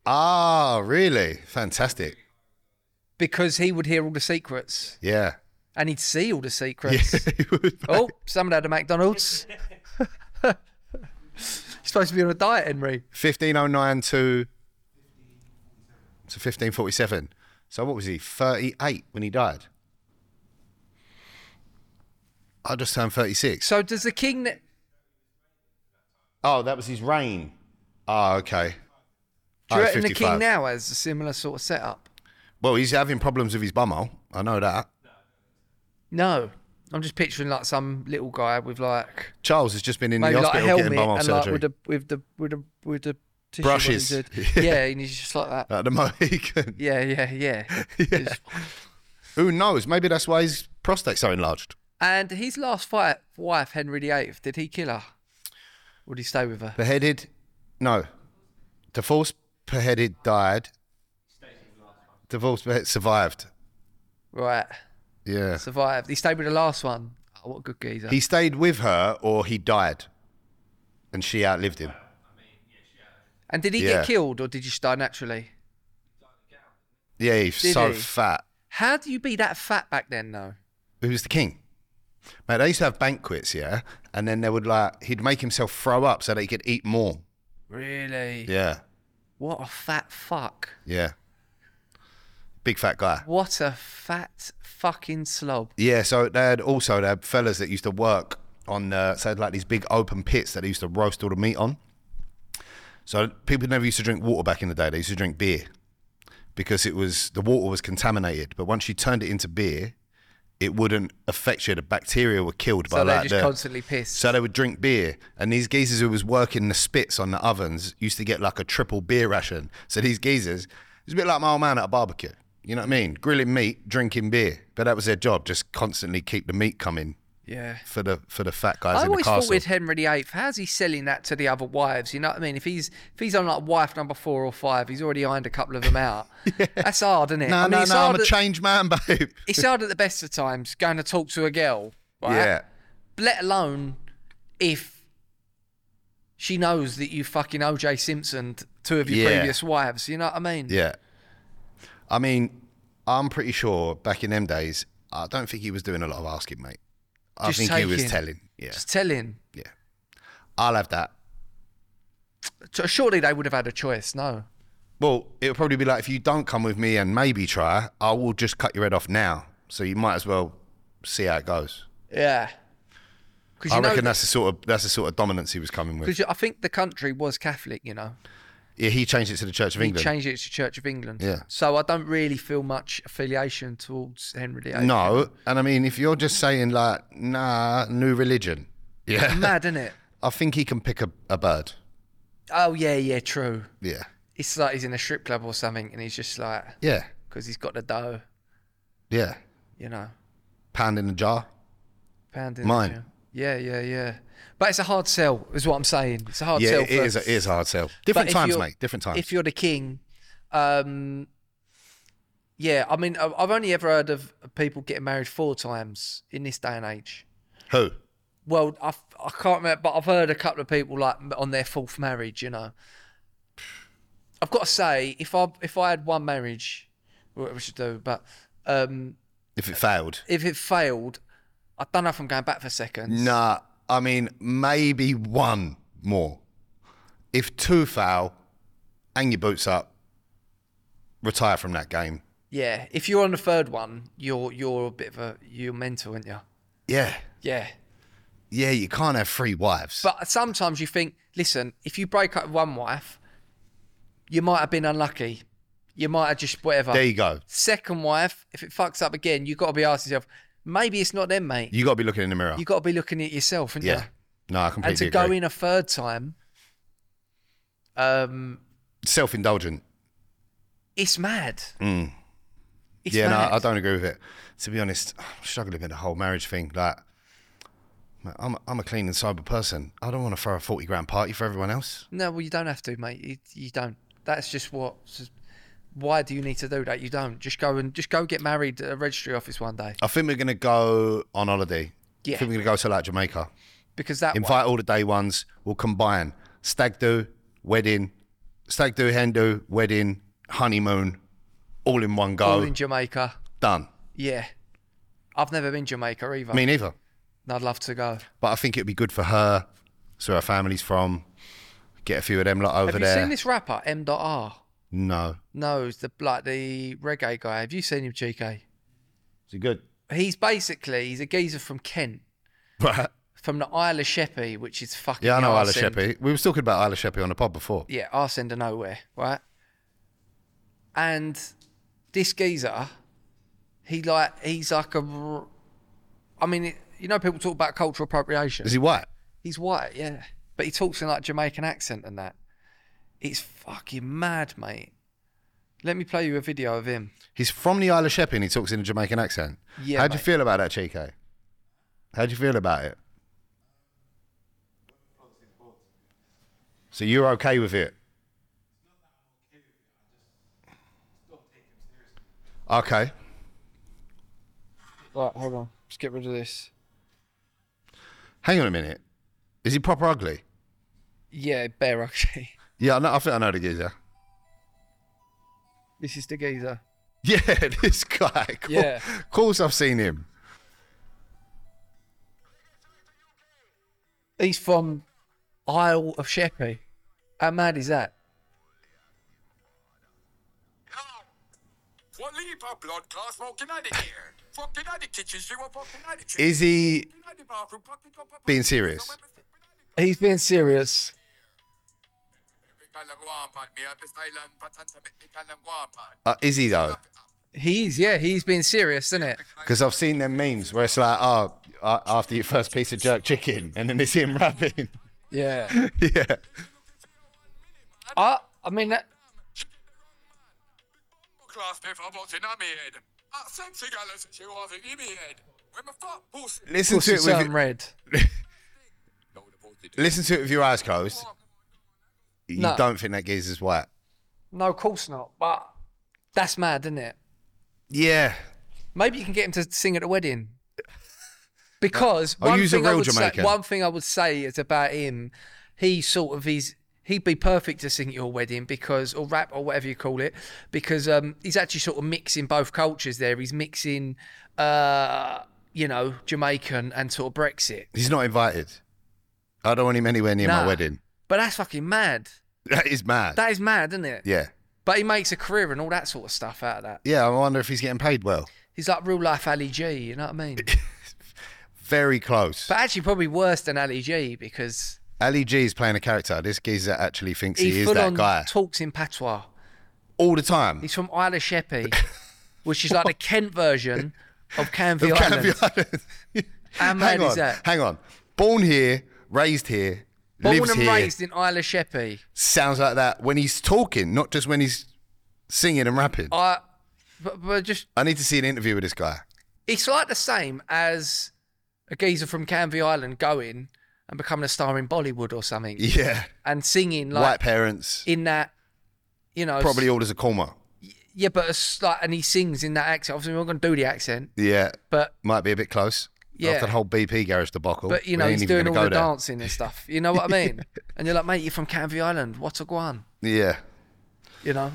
B: Ah, really? Fantastic.
A: Because he would hear all the secrets
B: Yeah.
A: and he'd see all the
B: Yeah.
A: secrets. Oh, someone had a McDonald's. You're supposed to be on a diet, Henry.
B: 1509 to, to 1547. So what was he? 38 when he died. I just turned 36.
A: So does the king? ne-
B: Oh, that was his reign. Oh, okay.
A: Do you
B: Oh,
A: reckon the king
B: 55.
A: now has a similar sort of setup?
B: Well, he's having problems with his bumhole. I know that.
A: No, I'm just picturing like some little guy with like
B: Charles has just been in
A: maybe
B: the
A: like a
B: hospital
A: helmet
B: getting bumhole
A: and like
B: surgery.
A: with the with the with the with the tissue on
B: Brushes.
A: his head. yeah, and he's just like that.
B: Like the Mohican.
A: Yeah, yeah, yeah. Just-
B: Who knows? Maybe that's why his prostate's so enlarged.
A: And his last fight, wife Henry VIII, did he kill her? Or did he stay with her?
B: Beheaded? No. Divorced, beheaded, died. Divorced, beheaded, survived.
A: Right,
B: Yeah.
A: survived. He stayed with the last one. Oh, what a good geezer.
B: He stayed with her or he died. And she outlived him.
A: and did he
B: Yeah.
A: get killed or did you just die naturally?
B: Yeah, he's
A: Did
B: so
A: he?
B: fat.
A: How do you be that fat back then, though?
B: Who was the king? Mate, they used to have banquets, yeah? And then they would like, he'd make himself throw up so that he could eat more.
A: Really?
B: Yeah.
A: What a fat fuck.
B: Yeah. Big fat guy.
A: What a fat fucking slob.
B: Yeah, so they had also they had fellas that used to work on uh, so they had like these big open pits that they used to roast all the meat on. So people never used to drink water back in the day. They used to drink beer because it was the water was contaminated. But once you turned it into beer, it wouldn't affect you. The bacteria were killed by
A: So they're
B: like
A: just
B: the-
A: constantly pissed.
B: So they would drink beer, and these geezers who was working the spits on the ovens used to get like a triple beer ration. So these geezers, it's a bit like my old man at a barbecue. You know what I mean? Grilling meat, drinking beer, but that was their job. Just constantly keep the meat coming
A: yeah.
B: for the for the fat guys
A: I
B: in the
A: always
B: castle.
A: thought with Henry VIII, how's he selling that to the other wives? You know what I mean? If he's if he's on like wife number four or five, he's already ironed a couple of them out. That's hard, isn't it?
B: no,
A: I mean,
B: no,
A: it's
B: no, I'm
A: hard
B: a
A: at-
B: changed man, babe.
A: it's hard at the best of times going to talk to a girl, right?
B: Yeah.
A: Let alone if she knows that you fucking OJ Simpson two of your
B: Yeah.
A: previous wives. You know what I mean?
B: Yeah. I mean, I'm pretty sure back in them days, I don't think he was doing a lot of asking, mate. I
A: Just
B: think he was
A: taking.
B: telling. Yeah.
A: Just tell him.
B: yeah. I'll have that.
A: So Surely they would have had a choice. No.
B: Well, it'll probably be like if you don't come with me and maybe try, I will just cut your head off now. So you might as well see how it goes.
A: Yeah. Because
B: I
A: you know,
B: reckon that's the sort of that's the sort of dominance he was coming with.
A: because I think the country was Catholic. You know.
B: Yeah, he changed it to the Church of England.
A: He changed it to Church of England.
B: Yeah.
A: So I don't really feel much affiliation towards Henry VIII.
B: no, and I mean, if you're just saying like, nah, new religion, yeah,
A: Mad, isn't it?
B: I think he can pick a, a bird.
A: Oh yeah, yeah, true.
B: Yeah,
A: It's like he's in a strip club or something, and he's just like,
B: yeah,
A: because he's got the dough,
B: yeah.
A: you know,
B: Pound in a jar.
A: pounding. the
B: Mine.
A: shell. Yeah, yeah, yeah. But it's a hard sell, is what I'm saying. It's a hard
B: Yeah,
A: sell.
B: it
A: for-
B: is. It is a hard sell.
A: but
B: Different
A: if
B: times,
A: you're-
B: mate. Different times.
A: If you're the king, um, yeah. I mean, I- I've only ever heard of people getting married four times in this day and age.
B: Who?
A: Well, I, I can't remember, but I've heard a couple of people like on their fourth marriage. You know, I've got to say, if I if I had one marriage, what we should do, but um,
B: If it failed.
A: if it failed, I don't know if I'm going back for seconds.
B: Nah, I mean maybe one more. If two foul, hang your boots up, retire from that game.
A: Yeah, if you're on the third one, you're you're a bit of a you're mental, aren't you?
B: Yeah,
A: Yeah,
B: yeah, you can't have three wives.
A: but sometimes you think, listen, if you break up with one wife, you might have been unlucky. You might have just whatever.
B: there you go.
A: Second wife, if it fucks up again, you got to be asking yourself, maybe it's not them, mate.
B: You got to be looking in the mirror.
A: you got to be looking at yourself, and
B: yeah.
A: yeah.
B: No, I
A: And
B: completely
A: to go
B: agree.
A: in a third time, um,
B: Self-indulgent.
A: it's mad. It's
B: Hmm. yeah,
A: mad.
B: no, I don't agree with it. To be honest, I'm struggling with the whole marriage thing. Like, mate, I'm I'm a clean and sober person. I don't want to throw a forty grand party for everyone else.
A: No, well, you don't have to, mate. You, you don't. That's just what. Why do you need to do that? You don't. Just go and just go get married at a registry office one day
B: I think we're gonna go on holiday.
A: Yeah.
B: I think we're gonna go to like Jamaica.
A: because that. way-
B: Invite all the day ones. We'll combine stag do, wedding, stag do, hen do, wedding, honeymoon, all in one go.
A: all in Jamaica.
B: Done.
A: Yeah, I've never been Jamaica either.
B: Me neither.
A: and I'd love to go.
B: But I think it'd be good for her. So her family's from. Get a few of them lot over
A: Have you
B: there.
A: seen this rapper M.R?
B: No.
A: No, it's the like the reggae guy. Have you seen him, GK?
B: Is it good?
A: He's basically he's a geezer from Kent,
B: Right.
A: from the Isle of Sheppey, which is fucking.
B: Yeah, I know Isla
A: arse end-
B: Sheppey. We were talking about Isla Sheppey on the pod before.
A: yeah, arse end of nowhere, right? And this geezer, he like he's like a, r- I mean, it- you know, people talk about cultural appropriation.
B: Is he white?
A: He's white, yeah, but he talks in like Jamaican accent and that. It's fucking mad, mate. Let me play you a video of him.
B: He's from the Isle of Sheppey and he talks in a Jamaican accent.
A: Yeah,
B: How do you
A: mate.
B: feel about that, Chico? How do you feel about it? So you're okay with it? Okay.
A: Right, hold on. Let's get rid of this.
B: Hang on a minute. Is he proper ugly?
A: Yeah, bear actually.
B: Yeah, I, know, I think I know the geezer.
A: This is the geezer.
B: Yeah, this guy. Cool.
A: Yeah.
B: Of course I've seen him.
A: He's from Isle of Sheppey. How mad is that?
E: What leave our blood class fucking out of here? fucking out of the kitchen, she was fucking out of the kitchen.
B: Is he
E: Fucking out of the bathroom, fucking up, up,
B: being
E: up.
B: serious?
A: He's being serious.
E: Make all them go on, pal, me have this island, but I'm to make all them go on, pal.
B: Uh, is he though?
A: He is, yeah, he's being serious, isn't it?
B: Because I've seen them memes where it's like, oh, uh, after your first piece of jerk chicken, and then it's him rapping.
A: Yeah.
B: yeah.
A: I, I mean, that,
E: Class if I'm not in my head. At sexy gallows, Ah, she was in my head. When my fat pussy.
B: Listen
A: pussy
B: to it with
A: turn red.
E: No, the pussy did.
B: listen to it with your eyes closed. You
A: No.
B: don't think that geezer's white?
A: No, of course not. But that's mad, isn't it?
B: Yeah.
A: Maybe you can get him to sing at a wedding. Because
B: I'll
A: one
B: use a
A: thing, I
B: real
A: would say,
B: Jamaican.
A: one thing I would say is about him, he sort of is he'd be perfect to sing at your wedding because or rap or whatever you call it, because um, he's actually sort of mixing both cultures there. He's mixing uh, you know, Jamaican and sort of Brexit.
B: He's not invited. I don't want him anywhere near my
A: Nah.
B: wedding.
A: But that's fucking mad.
B: That is mad.
A: That is mad, isn't it?
B: yeah.
A: But he makes a career and all that sort of stuff out of that.
B: Yeah, I wonder if he's getting paid well.
A: He's like real life Ali G, you know what I mean?
B: Very close.
A: But actually, probably worse than Ali G because
B: Ali G is playing a character. This geezer actually thinks
A: he,
B: he, is
A: full
B: that
A: on
B: guy
A: talks in patois.
B: all the time.
A: He's from Isle of Sheppey, which is like the Kent version of Canvey
B: Can't
A: Island.
B: be honest.
A: How mad
B: hang on,
A: is that?
B: hang on. Born here, raised here,
A: Born
B: lives
A: and
B: here.
A: raised in Isle of Sheppey.
B: Sounds like that when he's talking, not just when he's singing and rapping.
A: I, but, but just
B: I need to see an interview with this guy.
A: it's like the same as a geezer from Canvey Island going and becoming a star in Bollywood or something,
B: Yeah,
A: and singing
B: white
A: like
B: parents,
A: in that, you know, s-
B: probably all as a coma.
A: yeah, but it's like, and he sings in that accent. Obviously, we're not going to do the accent,
B: Yeah,
A: but
B: might be a bit close.
A: Yeah.
B: After the whole BP garage debacle,
A: But you
B: Oh, we
A: know,
B: ain't
A: he's
B: even
A: doing all
B: gonna
A: the
B: go there.
A: dancing and stuff. You know what I mean? and you're like, mate, you're from Canvey Island. What's a guan?
B: Yeah,
A: You know,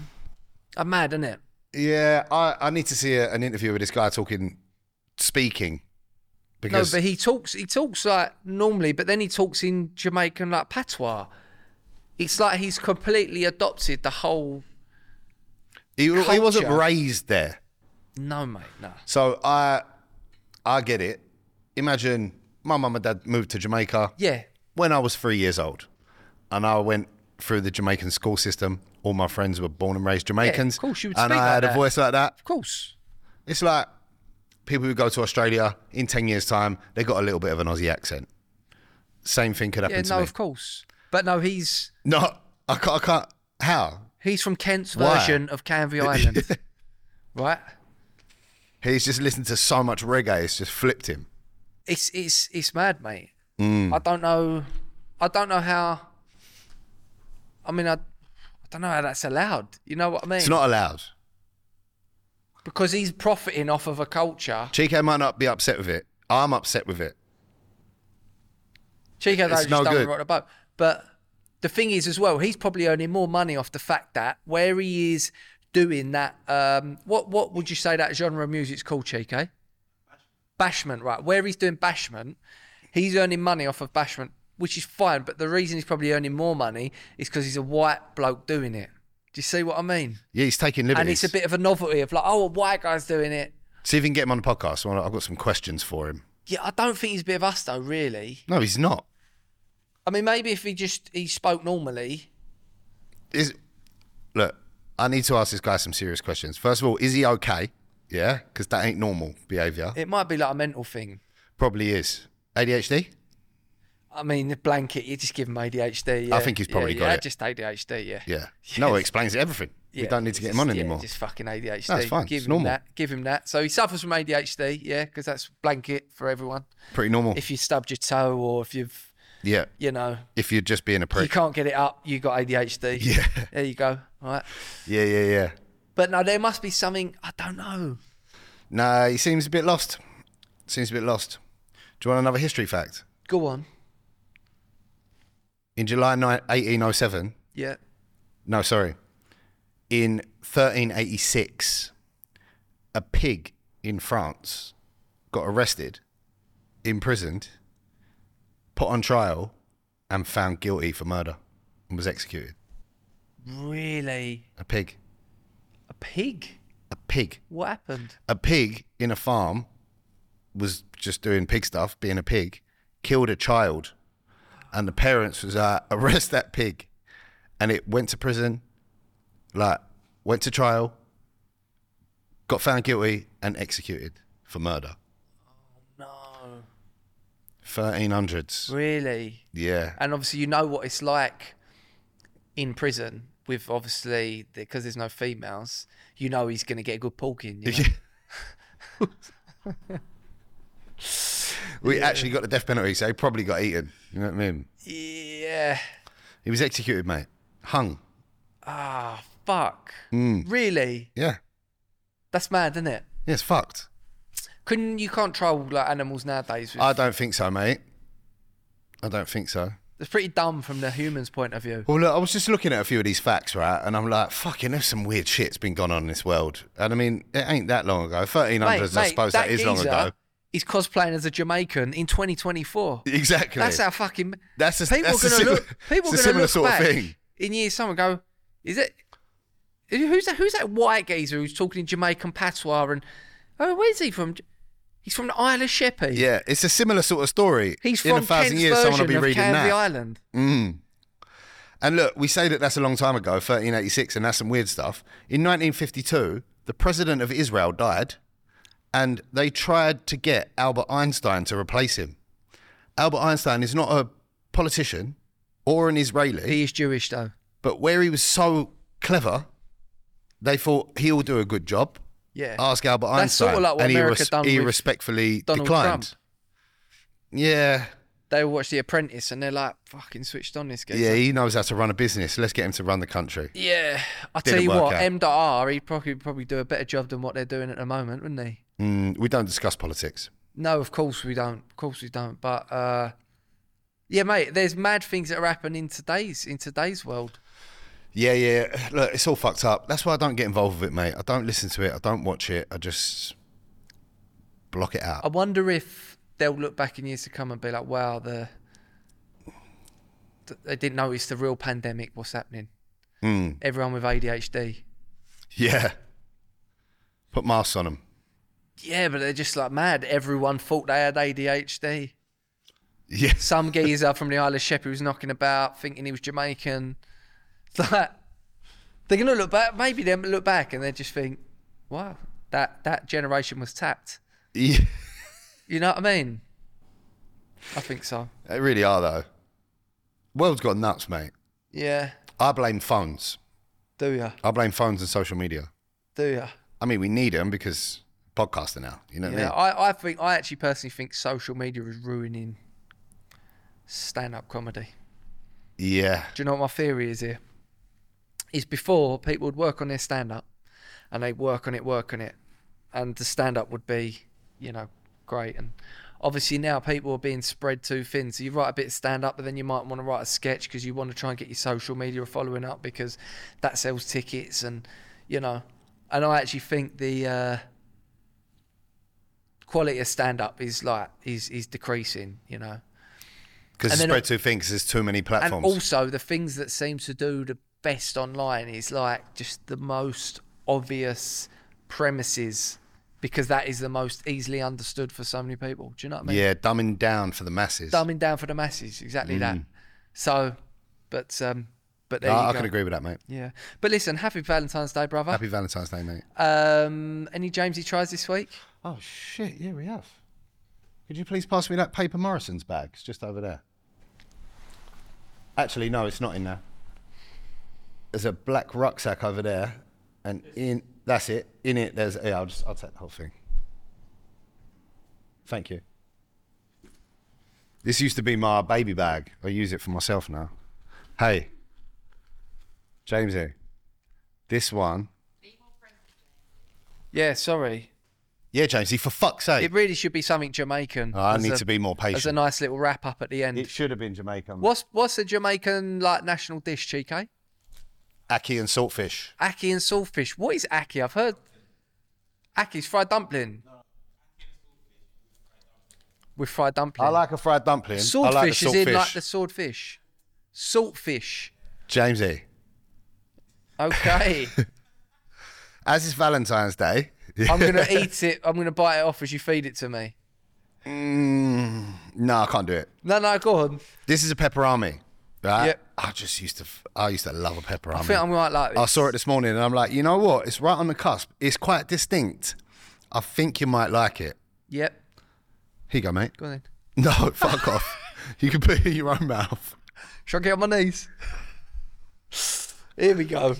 A: I'm mad, isn't it?
B: yeah. I, I need to see a, an interview with this guy talking, speaking,
A: No,
B: because
A: but he talks. He talks like normally, but then he talks in Jamaican like patois. It's like he's completely adopted the whole.
B: he, he wasn't
A: culture-
B: raised there.
A: No, mate, no.
B: So I, I get it. Imagine my mum and dad moved to Jamaica
A: Yeah,
B: when I was three years old, and I went through the Jamaican school system. All my friends were born and raised Jamaicans.
A: of course you would
B: and
A: speak
B: I
A: like
B: had a
A: that.
B: voice like that.
A: of course.
B: It's like people who go to Australia in ten years' time, they got a little bit of an Aussie accent. Same thing could happen
A: Yeah,
B: to
A: no,
B: me.
A: of course. But no, he's
B: No, I can't. I can't how?
A: he's from Kent's
B: Why?
A: version of Canvey Island, right?
B: He's just listened to so much reggae, it's just flipped him.
A: it's it's it's mad, mate.
B: Mm.
A: I don't know. I don't know how. I mean, I, I don't know how that's allowed. You know what I mean?
B: It's not allowed.
A: because he's profiting off of a culture.
B: Chico might not be upset with it. I'm upset with it.
A: Chico though
B: It's
A: just
B: no
A: don't
B: good.
A: rock the boat. But the thing is, as well, he's probably earning more money off the fact that where he is doing that. Um, what what would you say that genre of music's called, Chico? Bashment, right? Where he's doing bashment, he's earning money off of bashment, which is fine. But the reason he's probably earning more money is because he's a white bloke doing it. Do you see what I mean?
B: Yeah, he's taking liberties.
A: And it's a bit of a novelty of like, oh, a white guy's doing it.
B: See if you can get him on the podcast. Well, I've got some questions for him.
A: Yeah, I don't think he's a bit of us though, really.
B: No, he's not.
A: I mean, maybe if he just he spoke normally,
B: Is look, I need to ask this guy some serious questions. First of all, is he okay? Yeah, because that ain't normal behaviour.
A: it might be like a mental thing.
B: Probably is. ADHD.
A: I mean, the blanket, you just give him ADHD. Yeah.
B: I think he's probably
A: yeah,
B: got
A: yeah,
B: it.
A: Just ADHD, yeah.
B: Yeah. No, it explains everything. we
A: Yeah,
B: don't need
A: it's
B: to get him on
A: just- yeah,
B: anymore.
A: just fucking ADHD.
B: That's fine,
A: Give
B: it's
A: him
B: normal.
A: that. Give him that. So he suffers from ADHD, yeah, because that's blanket for everyone.
B: Pretty normal.
A: If you stubbed your toe or if you've,
B: yeah.
A: you know,
B: If you're just being a
A: you
B: prick.
A: can't get it up, you got ADHD.
B: Yeah.
A: There you go. All right.
B: Yeah, yeah, yeah.
A: But no, there must be something, I don't know.
B: Nah, he seems a bit lost. Seems a bit lost. Do you want another history fact?
A: Go on.
B: In July oh 9, 1807,
A: Yeah.
B: No, sorry. In 1386, a pig in France got arrested, imprisoned, put on trial, and found guilty for murder and was executed.
A: Really?
B: A pig.
A: A pig?
B: A pig.
A: What happened?
B: A pig in a farm was just doing pig stuff, being a pig, killed a child, and the parents was like, arrest that pig. And it went to prison, like, went to trial, got found guilty and executed for murder.
A: No.
B: 1300s.
A: Really?
B: Yeah.
A: And obviously, you know what it's like in prison with obviously because there's no females. You know he's going to get a good pork in. You know?
B: we actually got the death penalty, so he probably got eaten. You know what I mean?
A: yeah.
B: He was executed, mate. Hung.
A: Ah, fuck.
B: Hmm.
A: Really?
B: Yeah.
A: That's mad, isn't it?
B: Yeah, it's fucked.
A: Couldn't you can't troll like animals nowadays? With,
B: I don't think so, mate. I don't think so.
A: it's pretty dumb from the humans' point of view.
B: Well, look, I was just looking at a few of these facts, right? And I'm like, fucking, there's some weird shit's been going on in this world. And I mean, it ain't that long ago. 1300s,
A: Mate,
B: I
A: mate,
B: suppose that is long
A: geezer
B: ago.
A: Is cosplaying as a Jamaican in 2024.
B: Exactly.
A: That's how fucking.
B: That's a-
A: people
B: that's a
A: are gonna
B: simi-
A: look. People
B: it's
A: are
B: a
A: gonna
B: similar
A: look
B: sort of
A: back
B: thing.
A: in years. Someone go, is it? is- Who's that? Who's that white geezer who's talking in Jamaican patois? And oh, where's he from? He's from the Isle of Sheppey.
B: Yeah, it's a similar sort of story.
A: He's
B: in
A: from
B: a thousand
A: Kent's
B: years,
A: version
B: someone will be
A: of
B: reading
A: Canvey
B: that.
A: Island.
B: Mm. And look, we say that that's a long time ago, 1386, and that's some weird stuff. In 1952, the president of Israel died, and they tried to get Albert Einstein to replace him. Albert Einstein is not a politician or an Israeli,
A: He is Jewish though.
B: but where he was so clever, they thought he'll do a good job.
A: Yeah.
B: Ask Albert
A: That's
B: Einstein,
A: sorta like what
B: and
A: America
B: he, res-
A: done
B: he
A: with
B: respectfully
A: Donald
B: declined.
A: Trump.
B: Yeah,
A: They watch The Apprentice and they're like, fucking switched on this game.
B: yeah, he knows how to run a business. Let's get him to run the country.
A: Yeah, I
B: Didn't
A: tell you
B: work
A: what,
B: out.
A: M.R. He'd probably probably do a better job than what they're doing at the moment, wouldn't he?
B: Mm, we don't discuss politics.
A: No, of course we don't. Of course we don't. But uh, yeah, mate, there's mad things that are happening in today's in today's world.
B: Yeah, yeah. Look, it's all fucked up. That's why I don't get involved with it, mate. I don't listen to it. I don't watch it. I just block it
A: I
B: out.
A: wonder if they'll look back in years to come and be like, "Wow, the th- they didn't notice the real pandemic. What's happening? Everyone with ADHD."
B: Yeah. Put masks on them.
A: Yeah, but they're just like mad. Everyone thought they had ADHD.
B: Yes.
A: some geezer from the Isle of Sheppey was knocking about thinking he was Jamaican. It's like they're gonna look back. Maybe they'll look back and they just think, "Wow, that that generation was tapped."
B: Yeah.
A: You know what I mean? I think so.
B: They really are, though. World's got nuts, mate.
A: Yeah.
B: I blame phones.
A: Do ya?
B: I blame phones and social media.
A: Do ya?
B: I mean, we need them because podcasting now. You know what
A: Yeah.
B: I mean?
A: I, I think I actually personally think social media is ruining stand-up comedy.
B: Yeah.
A: Do you know what my theory is here? Is before people would work on their stand up and they'd work on it, work on it, and the stand up would be, you know, great. And obviously now people are being spread too thin. So you write a bit of stand up, but then you might want to write a sketch because you want to try and get your social media following up because that sells tickets and, you know. And I actually think the uh, quality of stand up is like, is, is decreasing, you know.
B: Because it's
A: then-
B: spread too thin because there's too many
A: And
B: platforms.
A: also, the things that seem to do the best online is like just the most obvious premises because that is the most easily understood for so many people. Do you know what I mean?
B: yeah, dumbing down for the masses.
A: Dumbing down for the masses, exactly that. So, but um, but there
B: I,
A: you
B: Mm. I
A: go.
B: can agree with that, mate.
A: Yeah, but listen, happy Valentine's Day, brother.
B: Happy Valentine's Day, mate.
A: Um, any Jamesy tries this week?
B: Oh shit! Yeah, we have. Could you please pass me that paper Morrison's bag? It's just over there. Actually, no, it's not in there. There's a black rucksack over there, and in that's it. In it, there's yeah. I'll just I'll take the whole thing. Thank you. This used to be my baby bag. I use it for myself now. Hey, Jamesy, this one.
A: Yeah, sorry.
B: Yeah, Jamesy, for fuck's sake.
A: It really should be something Jamaican.
B: Oh, I
A: as
B: need
A: a-
B: to be more patient.
A: As a nice little wrap up at the end.
B: It should have been Jamaican.
A: What's what's a Jamaican like national dish, Chico?
B: Aki and saltfish.
A: Aki and saltfish. What is Aki? I've heard Aki's fried dumpling. With fried dumpling.
B: I like a fried dumpling.
A: swordfish
B: I like
A: is
B: the saltfish.
A: in like the swordfish. Saltfish.
B: Jamesy,
A: Okay.
B: as it's Valentine's Day,
A: I'm gonna eat it. I'm gonna bite it off as you feed it to me.
B: Mm, no, I can't do it.
A: No, no, go on.
B: This is a pepperami. Right?
A: Yep.
B: I just used to, f- I used to love a pepperoni.
A: I think I'm right like this.
B: I saw it this morning and I'm like, you know what? It's right on the cusp. It's quite distinct. I think you might like it.
A: Yep.
B: Here you go, mate.
A: Go on then.
B: No, fuck off. You can put it in your own mouth.
A: Should I get on my knees? Here we go.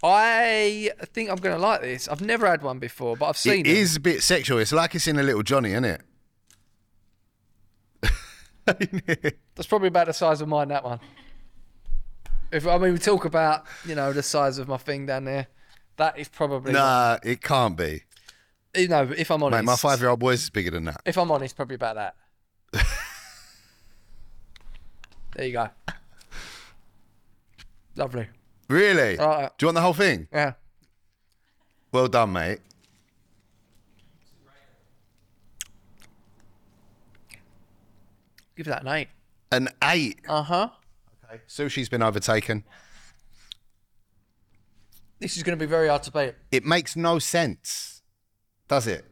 A: I think I'm going to like this. I've never had one before, but I've seen
B: It
A: it.
B: is a bit sexual. It's like it's in a little Johnny, isn't it?
A: That's probably about the size of mine, that one. If I mean, we talk about, you know, the size of my thing down there. That is probably,
B: Nah, it can't be.
A: you know, if I'm honest.
B: Mate, my five-year-old boy's is bigger than that.
A: If I'm honest, probably about that. there you go. Lovely.
B: Really?
A: Alright.
B: Do you want the whole thing?
A: Yeah.
B: Well done, mate.
A: Give that an eight.
B: An eight.
A: Uh huh.
B: Sushi's been overtaken.
A: This is going to be very hard to beat.
B: It makes no sense, does it?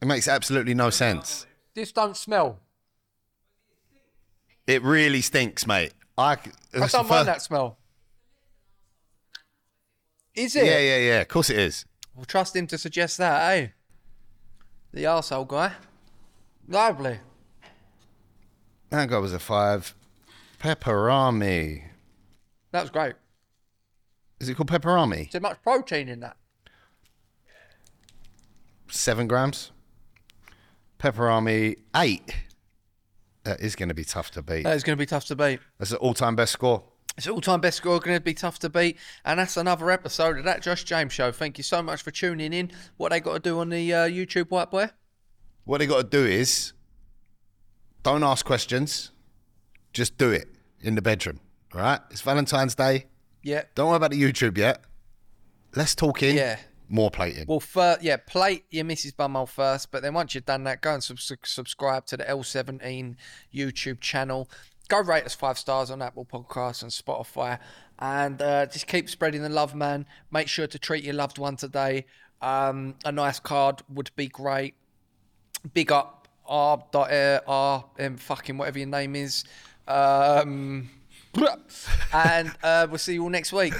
B: It makes absolutely no sense.
A: This don't smell.
B: It really stinks, mate. I,
A: I don't mind that smell. Is it?
B: Yeah, yeah, yeah. Of course it is.
A: We'll trust him to suggest that, eh? The arsehole guy. Lovely.
B: That guy was a five. Pepperami.
A: That was great.
B: Is it called pepperami?
A: Too much protein in that.
B: Seven grams. Pepperami, eight. That is going to be tough to beat.
A: That is going to be tough to beat.
B: That's the all time best score.
A: It's all time best score, going to be tough to beat. And that's another episode of that Josh James show. Thank you so much for tuning in. What they got to do on the uh, YouTube, White Boy?
B: What they got to do is don't ask questions, just do it in the bedroom. All right? It's Valentine's Day.
A: Yeah.
B: Don't worry about the YouTube yet. Let's talk in.
A: Yeah.
B: More plating.
A: Well, fir- yeah, plate your Mrs. Bumhole first, but then once you've done that, go and sub- sub- subscribe to the L17 YouTube channel. Go rate us five stars on Apple Podcasts and Spotify, and uh, just keep spreading the love, man. Make sure to treat your loved one today. Um, a nice card would be great. Big up R. dot, uh, R. Um, fucking whatever your name is. Um, and uh, we'll see you all next week.